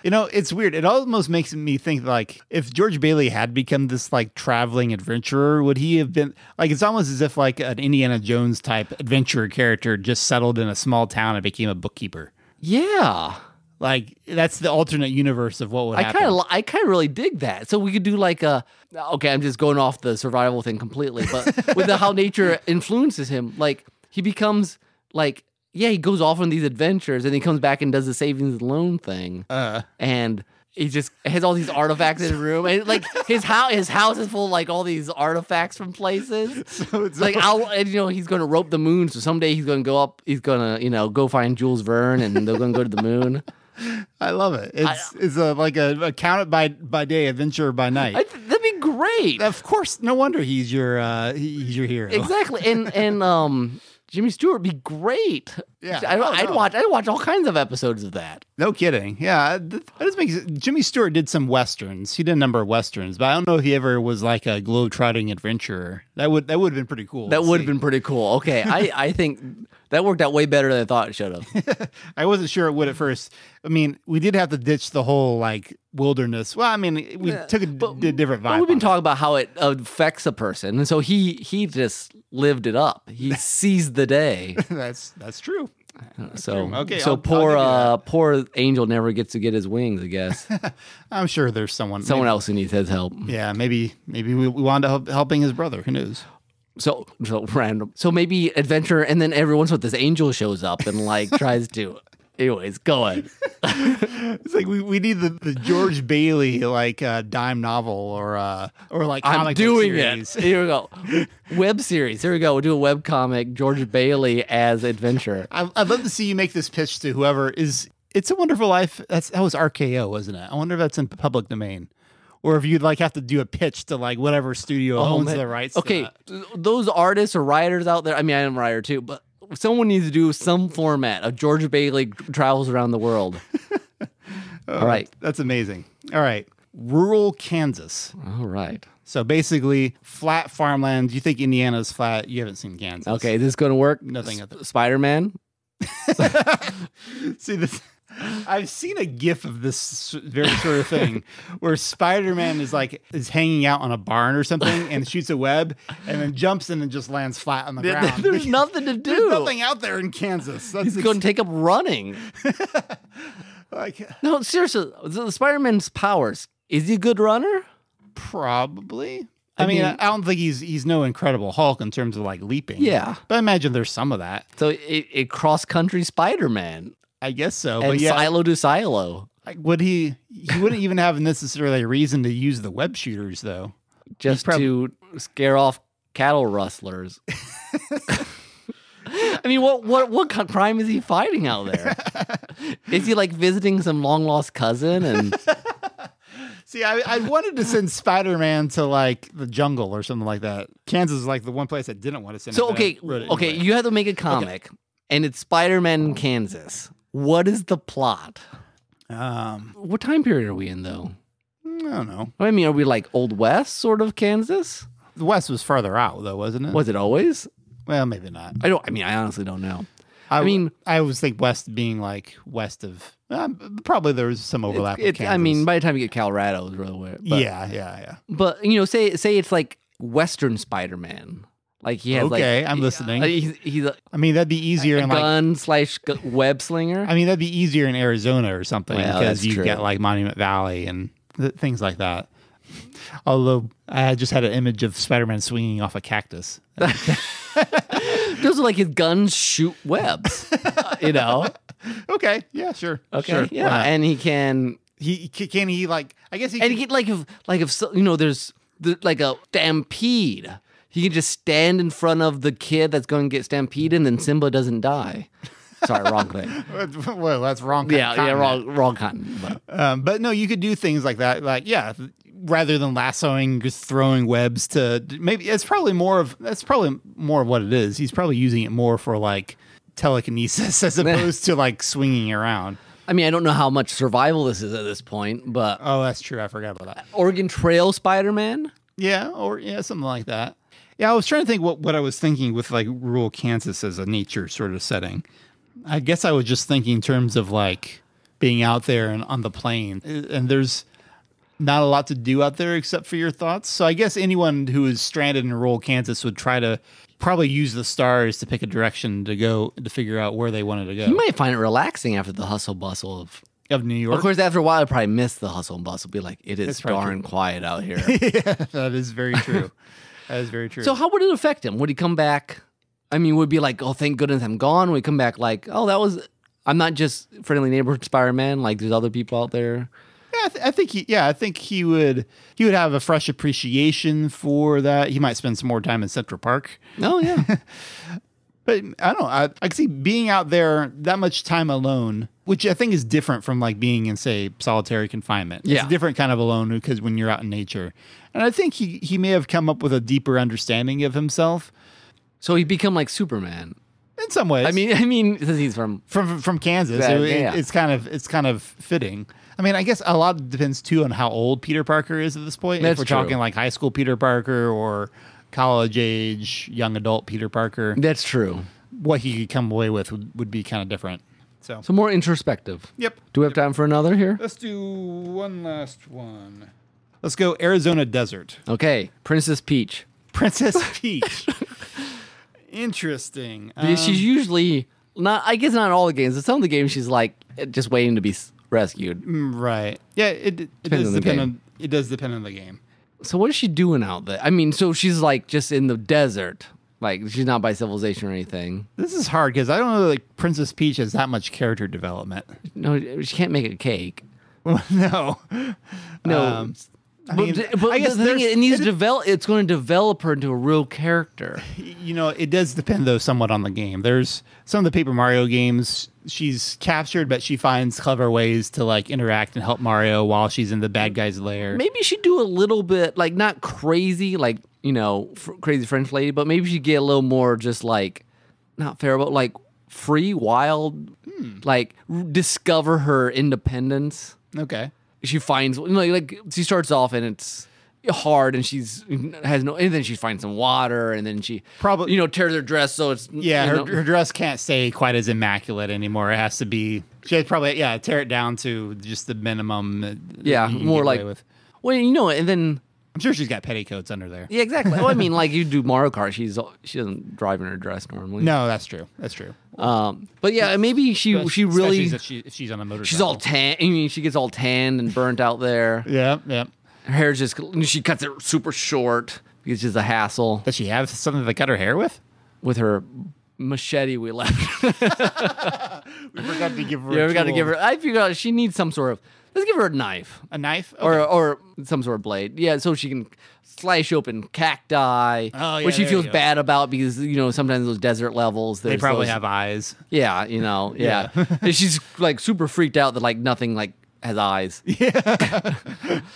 Speaker 2: You know, it's weird. It almost makes me think like if George Bailey had become this like traveling adventurer, would he have been like it's almost as if like an Indiana Jones type adventurer character just settled in a small town and became a bookkeeper.
Speaker 1: yeah.
Speaker 2: Like that's the alternate universe of what would
Speaker 1: I
Speaker 2: happen.
Speaker 1: kind of, I kind of really dig that. So we could do like a, okay, I'm just going off the survival thing completely, but with the, how nature influences him, like he becomes like, yeah, he goes off on these adventures and he comes back and does the savings and loan thing,
Speaker 2: uh,
Speaker 1: and he just has all these artifacts in his room, and like his house, his house is full of like all these artifacts from places.
Speaker 2: so it's
Speaker 1: It's like I'll, and, you know, he's going to rope the moon. So someday he's going to go up. He's going to, you know, go find Jules Verne, and they're going to go to the moon.
Speaker 2: I love it. It's it's a, like a, a count it by by day adventurer by night.
Speaker 1: I th- that'd be great.
Speaker 2: of course, no wonder he's your uh, he- he's your hero.
Speaker 1: exactly and and um Jimmy Stewart would be great.
Speaker 2: Yeah.
Speaker 1: I,
Speaker 2: Oh,
Speaker 1: I'd
Speaker 2: no.
Speaker 1: watch. I'd watch all kinds of episodes of that.
Speaker 2: No kidding. Yeah, th- that does make sense. Jimmy Stewart did some westerns. He did a number of westerns, but I don't know if he ever was like a globe-trotting adventurer. That would that would have been pretty cool.
Speaker 1: That
Speaker 2: to
Speaker 1: would have
Speaker 2: see.
Speaker 1: been pretty cool. Okay, I, I think that worked out way better than I thought it should have.
Speaker 2: I wasn't sure it would at first. I mean, we did have to ditch the whole like wilderness. Well, I mean, we took a d- d- different vibe.
Speaker 1: But we've been
Speaker 2: on it.
Speaker 1: talking about how it affects a person, and so he he just lived it up. He seized the day.
Speaker 2: that's that's true.
Speaker 1: So
Speaker 2: Okay,
Speaker 1: so
Speaker 2: I'll- I'll
Speaker 1: poor
Speaker 2: give you
Speaker 1: uh, poor Angel never gets to get his wings. I guess
Speaker 2: I'm sure there's someone.
Speaker 1: someone
Speaker 2: maybe,
Speaker 1: else who needs his help.
Speaker 2: Yeah, maybe maybe we, we wound up help, helping his brother. Who knows?
Speaker 1: So so random. So maybe adventure, and then every once in a while this angel shows up and like tries to. Anyways, go on.
Speaker 2: It's like we, we need the, the George Bailey like uh, dime novel or uh, or like comic
Speaker 1: I'm
Speaker 2: book
Speaker 1: doing
Speaker 2: series.
Speaker 1: it. Here we go. Web series. Here we go. We'll do a web comic. George Bailey as adventure.
Speaker 2: I, I'd love to see you make this pitch to whoever is. It's a Wonderful Life. That's that was RKO, wasn't it? I wonder if that's in public domain, or if you'd like have to do a pitch to like whatever studio owns
Speaker 1: Oh, man.
Speaker 2: the rights. to
Speaker 1: Okay,
Speaker 2: that.
Speaker 1: th- those artists or writers out there. I mean, I am a writer too, but someone needs to do some format of George Bailey travels around the world. All right.
Speaker 2: that's amazing. All right, rural Kansas.
Speaker 1: All right.
Speaker 2: So basically, flat farmland. You think Indiana's flat? You haven't seen Kansas.
Speaker 1: Okay, is this going to work?
Speaker 2: Nothing at the-
Speaker 1: Spider Man.
Speaker 2: See this. I've seen a gif of this very sort of thing where Spider-Man is like is hanging out on a barn or something and shoots a web and then jumps in and just lands flat on the ground.
Speaker 1: There's nothing to do.
Speaker 2: There's nothing out there in Kansas. That's
Speaker 1: He's going to take up running.
Speaker 2: like
Speaker 1: No, seriously, the Spider Man's powers. Is he a good runner?
Speaker 2: probably. I,
Speaker 1: I
Speaker 2: mean,
Speaker 1: mean-
Speaker 2: I don't think he's he's no Incredible Hulk in terms of like leaping.
Speaker 1: Yeah.
Speaker 2: but I imagine there's some of that.
Speaker 1: So it, it cross country Spider Man
Speaker 2: I guess so.
Speaker 1: and
Speaker 2: but yeah,
Speaker 1: silo to silo.
Speaker 2: like, would he? He wouldn't even have necessarily a reason to use the web shooters though.
Speaker 1: just
Speaker 2: prob-
Speaker 1: to scare off cattle rustlers. I mean, what what what kind of crime is he fighting out there? is he like visiting some long lost cousin? And
Speaker 2: See, I, I wanted to send Spider-Man to like the jungle or something like that. Kansas is like the one place I didn't want to send.
Speaker 1: so
Speaker 2: him, but I
Speaker 1: okay,
Speaker 2: wrote it
Speaker 1: okay,
Speaker 2: anyway.
Speaker 1: you have to make a comic, and it's Spider Man in Kansas. What is the plot?
Speaker 2: Um,
Speaker 1: What time period are we in though?
Speaker 2: I don't know.
Speaker 1: I mean, are we like Old West sort of Kansas?
Speaker 2: The West was farther out though, wasn't it?
Speaker 1: Was it always?
Speaker 2: Well, maybe not.
Speaker 1: I don't. I mean, I honestly don't know. I
Speaker 2: I,
Speaker 1: mean-
Speaker 2: mean, I always think West being like west of um, probably there was some overlap. with
Speaker 1: It, I
Speaker 2: Kansas.
Speaker 1: mean, by the time you get Colorado, it's really weird. but-
Speaker 2: yeah, yeah, yeah.
Speaker 1: But you know, say say it's like Western Spider-Man. Like he has
Speaker 2: Okay,
Speaker 1: like
Speaker 2: I'm listening.
Speaker 1: uh, he's, he's a,
Speaker 2: I mean, that'd be easier in like.
Speaker 1: gun slash gu- web slinger.
Speaker 2: I mean, that'd be easier in Arizona or something
Speaker 1: Well, that's
Speaker 2: because you
Speaker 1: true.
Speaker 2: get like Monument Valley and th- things like that. Although I just had an image of Spider-Man swinging off a cactus.
Speaker 1: Those are like his guns shoot webs. you know.
Speaker 2: Okay, yeah, sure.
Speaker 1: Okay.
Speaker 2: sure, why
Speaker 1: yeah,
Speaker 2: not?
Speaker 1: and he can
Speaker 2: he c- can he like I guess he
Speaker 1: and
Speaker 2: can,
Speaker 1: he can, like if like if so- you know there's the, like a stampede. He can just stand in front of the kid that's going to get stampeded, and then Simba doesn't die. Sorry, wrong thing.
Speaker 2: well that's wrong.
Speaker 1: Yeah, yeah,
Speaker 2: continent.
Speaker 1: wrong, wrong continent. But
Speaker 2: Um, but no, you could do things like that. Like, yeah, th- rather than lassoing, just throwing webs to maybe it's probably more of that's probably more of what it is. He's probably using it more for like telekinesis as opposed to like swinging around.
Speaker 1: I mean, I don't know how much survival this is at this point, but
Speaker 2: Oh, that's true. I forgot about that.
Speaker 1: Oregon Trail Spider Man.
Speaker 2: Yeah, or yeah, something like that. Yeah, I was trying to think what, what I was thinking with like rural Kansas as a nature sort of setting. I guess I was just thinking in terms of like being out there and on the plane, Uh, and there's not a lot to do out there except for your thoughts. So I guess anyone who is stranded in rural Kansas would try to probably use the stars to pick a direction to go to figure out where they wanted to
Speaker 1: You
Speaker 2: go.
Speaker 1: might find it relaxing after the hustle bustle of.
Speaker 2: Of New York,
Speaker 1: Of course, after a while, I probably miss the hustle and bustle. Be like, it is
Speaker 2: That's probably
Speaker 1: darn quiet out here.
Speaker 2: that is very true. that is very true.
Speaker 1: so, how would it affect him? Would he come back? I mean, would it be like, oh, thank goodness I'm gone. Would he come back like, oh, that was. I'm not just friendly neighborhood Spider Man. Like, there's other people out there.
Speaker 2: Yeah, I, th- I think he. Yeah, I think he would. He would have a fresh appreciation for that. He might spend some more time in Central Park,
Speaker 1: Oh yeah,
Speaker 2: but I don't. know, I, I could see being out there that much time alone, which I think is different from like being in say solitary confinement. it's
Speaker 1: Yeah.
Speaker 2: a different kind of alone because when you're out in nature, and I think he he may have come up with a deeper understanding of himself.
Speaker 1: so he'd become like Superman.
Speaker 2: in some ways.
Speaker 1: I mean, I mean, since he's from
Speaker 2: from from Kansas,
Speaker 1: Yeah,
Speaker 2: it- it-
Speaker 1: yeah.
Speaker 2: it's kind of it's kind of fitting. I mean, I guess a lot depends too on how old Peter Parker is at this point.
Speaker 1: That's
Speaker 2: if we're
Speaker 1: true.
Speaker 2: talking like high school Peter Parker or college age young adult Peter Parker,
Speaker 1: that's true.
Speaker 2: what he could come away with would, would be kind of different. So,
Speaker 1: So more introspective.
Speaker 2: yep.
Speaker 1: Do we have time for another here?
Speaker 2: Let's do one last one. Let's go Arizona desert.
Speaker 1: Okay, Princess Peach.
Speaker 2: Princess Peach. Interesting. Um,
Speaker 1: Because she's usually not. I guess not in all the games. In some of the games, she's like just waiting to be s- rescued.
Speaker 2: Um, right. Yeah, it, it
Speaker 1: Depends
Speaker 2: does
Speaker 1: on the
Speaker 2: depend
Speaker 1: game.
Speaker 2: on it does depend on the game.
Speaker 1: So what is she doing out there? I mean, so she's like just in the desert. Like she's not by civilization or anything.
Speaker 2: This is hard because I don't know that like, Princess Peach has that much character development.
Speaker 1: No, she can't make a cake.
Speaker 2: no.
Speaker 1: No.
Speaker 2: Um,
Speaker 1: but
Speaker 2: mean,
Speaker 1: th- but
Speaker 2: I guess
Speaker 1: the thing is,
Speaker 2: there's-
Speaker 1: it needs to
Speaker 2: it-
Speaker 1: develop. It's going to develop her into a real character.
Speaker 2: You know, it does depend though somewhat on the game. There's some of the Paper Mario games she's captured, but she finds clever ways to like interact and help Mario while she's in the bad guy's lair.
Speaker 1: Maybe she'd do a little bit, like not crazy, like you know, fr- crazy French lady, but maybe she'd get a little more, just like not fair, but like free, wild,
Speaker 2: Hmm.
Speaker 1: like r- discover her independence.
Speaker 2: Okay.
Speaker 1: She finds you know, like she starts off and it's hard, and she's has no, and then she finds some water, and then she
Speaker 2: Probably-
Speaker 1: you know tears her dress, so it's
Speaker 2: Yeah,
Speaker 1: you
Speaker 2: her,
Speaker 1: know-
Speaker 2: her dress can't stay quite as immaculate anymore. It has to be. She has probably yeah tear it down to just the minimum. that
Speaker 1: yeah,
Speaker 2: you can
Speaker 1: more
Speaker 2: get away
Speaker 1: like well, you know, and then
Speaker 2: I'm sure she's got petticoats under there.
Speaker 1: Yeah, exactly. well, I mean, like you do Mario Kart, she's she doesn't drive in her dress normally.
Speaker 2: No, that's true. That's true.
Speaker 1: Um, but yeah, maybe she she
Speaker 2: Especially
Speaker 1: really
Speaker 2: if, she, if she's on a motorcycle.
Speaker 1: she's all tan. I mean, she gets all tanned and burnt out there.
Speaker 2: Yeah, yeah.
Speaker 1: Her hair's just she cuts it super short because it's a hassle
Speaker 2: Does she have something to cut her hair with?
Speaker 1: with her machete we left.
Speaker 2: We forgot to give her.
Speaker 1: yeah, we got to give her. I figure out she needs some sort of. Let's give her a knife
Speaker 2: a knife.
Speaker 1: or or some sort of blade. Yeah, so she can slice open cacti,
Speaker 2: Oh, yeah,
Speaker 1: which she
Speaker 2: there
Speaker 1: feels
Speaker 2: you go.
Speaker 1: bad about because you know sometimes those desert levels
Speaker 2: they
Speaker 1: there's
Speaker 2: probably
Speaker 1: those-
Speaker 2: have eyes.
Speaker 1: Yeah, you know, yeah. and she's like super freaked out that like nothing like has eyes. Yeah.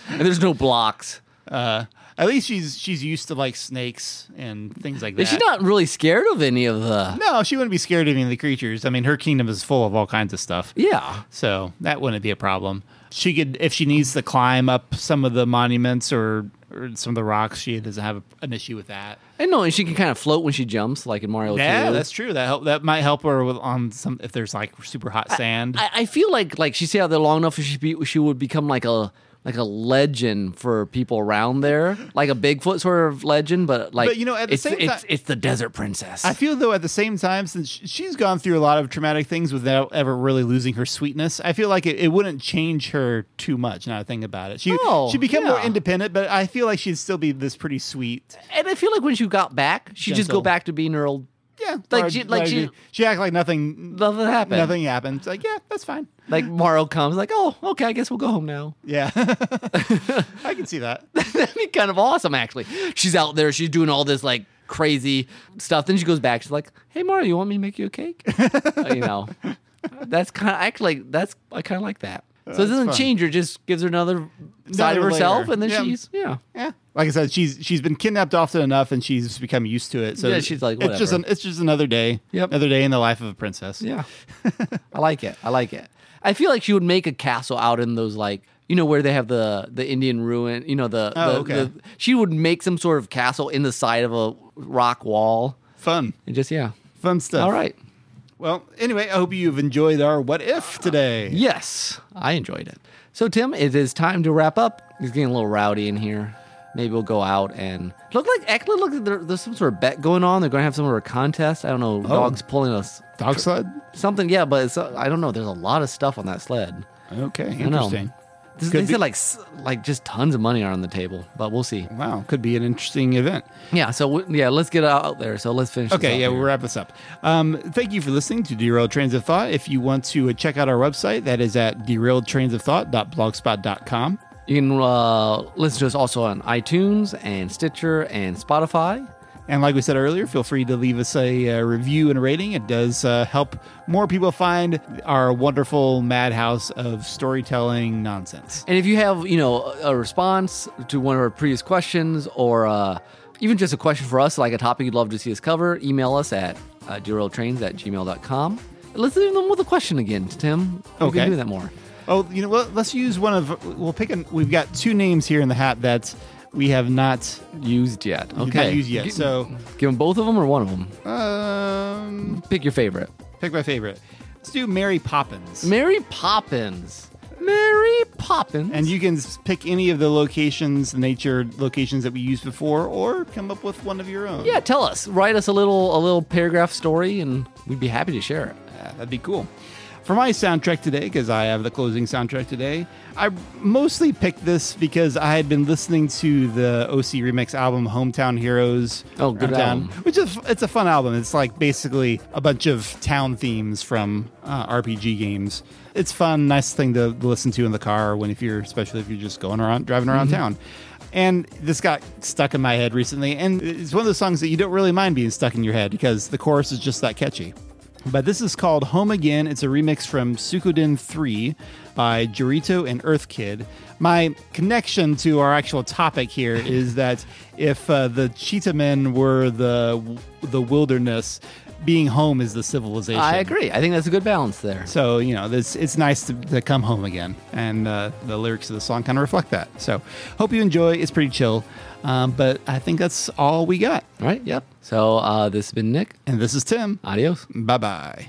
Speaker 1: and there's no blocks.
Speaker 2: Uh, at least she's she's used to like snakes and things like that.
Speaker 1: And she's not really scared of any of the
Speaker 2: No, she wouldn't be scared of any of the creatures. I mean, her kingdom is full of all kinds of stuff.
Speaker 1: Yeah.
Speaker 2: So that wouldn't be a problem. She could, if she needs to climb up some of the monuments or, or some of the rocks, she doesn't have an issue with that.
Speaker 1: And no, and she can kind of float when she jumps, like in Mario 2.
Speaker 2: true. That help, that might help her with, on some if there's like super hot sand.
Speaker 1: I, I feel like like she stayed out there long enough she be, she would become like a like a legend for people around there. Like a Bigfoot sort of legend, but like
Speaker 2: But, you know, at the
Speaker 1: it's,
Speaker 2: same ti-
Speaker 1: it's, it's the desert princess.
Speaker 2: I feel though at the same time, since sh- she's gone through a lot of traumatic things without ever really losing her sweetness, I feel like it, it wouldn't change her too much. Now I think about it, she
Speaker 1: Oh,
Speaker 2: she'd become more
Speaker 1: yeah.
Speaker 2: independent, but I feel like she'd still be this pretty sweet.
Speaker 1: and I feel like when she got back, she'd just go
Speaker 2: Gentle.
Speaker 1: back to being her old
Speaker 2: Yeah,
Speaker 1: Like
Speaker 2: or-
Speaker 1: she- like she-
Speaker 2: she act like nothing
Speaker 1: nothing happened.
Speaker 2: nothing happened. It's like yeah, that's fine.
Speaker 1: Like Mario comes, like, oh, okay, I guess we'll go home now.
Speaker 2: Yeah, I can see that.
Speaker 1: That'd be kind of awesome, actually. She's out there, she's doing all this like crazy stuff. Then she goes back, she's like, hey, Mario, you want me to make you a cake? Uh, you know, that's kind of actually like that's I kind of like that. So it doesn't
Speaker 2: fun.
Speaker 1: change her; just gives her another side of
Speaker 2: Another
Speaker 1: herself,
Speaker 2: layer.
Speaker 1: and then
Speaker 2: Yeah.
Speaker 1: she's yeah.
Speaker 2: Yeah, like I said, she's she's been kidnapped often enough, and she's become used to it. So
Speaker 1: Yeah, she's like,
Speaker 2: it's just an,
Speaker 1: whatever.
Speaker 2: it's just another day,
Speaker 1: Yep.
Speaker 2: another day in the life of a princess.
Speaker 1: Yeah. I like it. I like it. I feel like she would make a castle out in those like you know where they have the the Indian ruin, you know the,
Speaker 2: Oh,
Speaker 1: the,
Speaker 2: okay.
Speaker 1: the she would make some sort of castle in the side of a rock wall
Speaker 2: fun,
Speaker 1: and just yeah.
Speaker 2: fun stuff.
Speaker 1: All right.
Speaker 2: Well, anyway, I hope you've enjoyed our what if today.
Speaker 1: Yes, I enjoyed it. So Tim, it is time to wrap up. It's getting a little rowdy in here. Maybe we'll go out and look like actually look like there, there's some sort of bet going on. They're going to have some sort of contest. I don't
Speaker 2: Oh.
Speaker 1: know. Dogs pulling us
Speaker 2: Dog sled.
Speaker 1: something. Yeah, but it's, I don't know. There's a lot of stuff on that sled.
Speaker 2: Okay,
Speaker 1: I know.
Speaker 2: interesting.
Speaker 1: This,
Speaker 2: Could
Speaker 1: they
Speaker 2: be-
Speaker 1: said like s- like just tons of money are on the table, but we'll see.
Speaker 2: Wow, could be an interesting event.
Speaker 1: Yeah, so w- yeah, let's get out there. So let's finish. this
Speaker 2: Okay,
Speaker 1: up
Speaker 2: yeah,
Speaker 1: here.
Speaker 2: we'll wrap this up. Um, thank you for listening to Derailed Trains of Thought. If you want to uh, check out our website, that is at derailedtrainsofthought.blogspot.com.
Speaker 1: you can uh, listen to us also on iTunes and Stitcher and Spotify.
Speaker 2: And like we said earlier, feel free to leave us a uh, review and a rating. It does uh, help more people find our wonderful madhouse of storytelling nonsense.
Speaker 1: And if you have you know a a response to one of our previous questions or uh, even just a question for us, like a topic you'd love to see us cover, email us at uh, deerrailtrains at gmail.com. Let's leave them with a question again, Tim. We
Speaker 2: Okay.
Speaker 1: can do that more.
Speaker 2: Oh, you know what? Let's use one of. We'll pick. An, we've got two names here in the hat that we have not
Speaker 1: Used yet.
Speaker 2: not
Speaker 1: Okay.
Speaker 2: used yet,
Speaker 1: Gi-
Speaker 2: so-
Speaker 1: give them both of them or one of them.
Speaker 2: um,
Speaker 1: Pick your favorite.
Speaker 2: pick. My favorite. Let's do Mary Poppins.
Speaker 1: Mary Poppins. Mary Poppins.
Speaker 2: and you can s- pick any of the locations, the nature locations that we used before, or come up with one of your own.
Speaker 1: yeah, tell us. Write us a little a little paragraph story, and we'd be happy to share it.
Speaker 2: Yeah, that'd be cool. For my soundtrack today, because I have the closing soundtrack today, I mostly picked this because I had been listening to the OC Remix album "Hometown Heroes."
Speaker 1: Oh, good
Speaker 2: Hometown,
Speaker 1: album.
Speaker 2: Which is it's a fun album. It's like basically a bunch of town themes from uh, RPG games. It's fun, nice thing to listen to in the car when if you're especially if you're just going around driving
Speaker 1: Mm-hmm.
Speaker 2: around town. And this got stuck in my head recently, and it's one of those songs that you don't really mind being stuck in your head because the chorus is just that catchy. But this is called Home Again. It's a remix from Sukoden 3 by Jorito and Earth Kid. My connection to our actual topic here is that if uh, the cheetah men were the the wilderness, being home is the civilization.
Speaker 1: I agree. I think that's a good balance there.
Speaker 2: So, you know, this, it's nice to, to come home again. And uh, the lyrics of the song kind of reflect that. So, hope you enjoy. It's pretty chill. Um, but I think that's all we got.
Speaker 1: All right. Yep. So uh, this has been Nick.
Speaker 2: And this is Tim.
Speaker 1: Adios.
Speaker 2: Bye bye.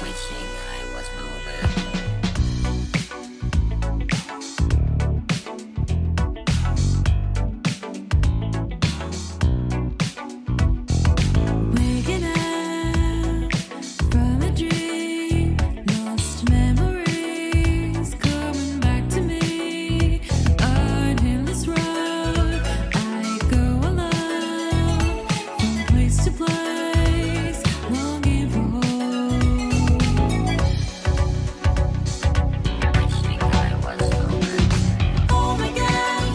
Speaker 5: wishing I was moving.
Speaker 6: Waking up from a dream, lost memories coming back to me. On endless road, I go alone from place to place, longing for home.
Speaker 5: Wishing I was moving.
Speaker 6: Home again,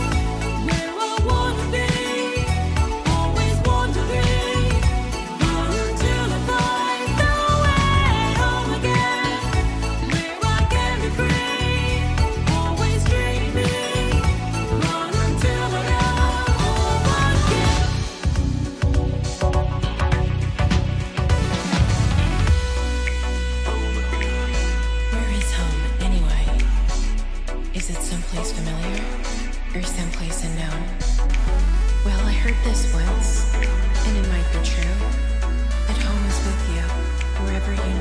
Speaker 6: where I wanna be, always wandering, on until I find the way. Home again, where I can be free, always dreaming, on until I am home again.
Speaker 7: Where is home anyway? Is it someplace familiar or someplace unknown? Well, I heard this once, and it might be true. That home is with you, wherever you
Speaker 6: Oh Oh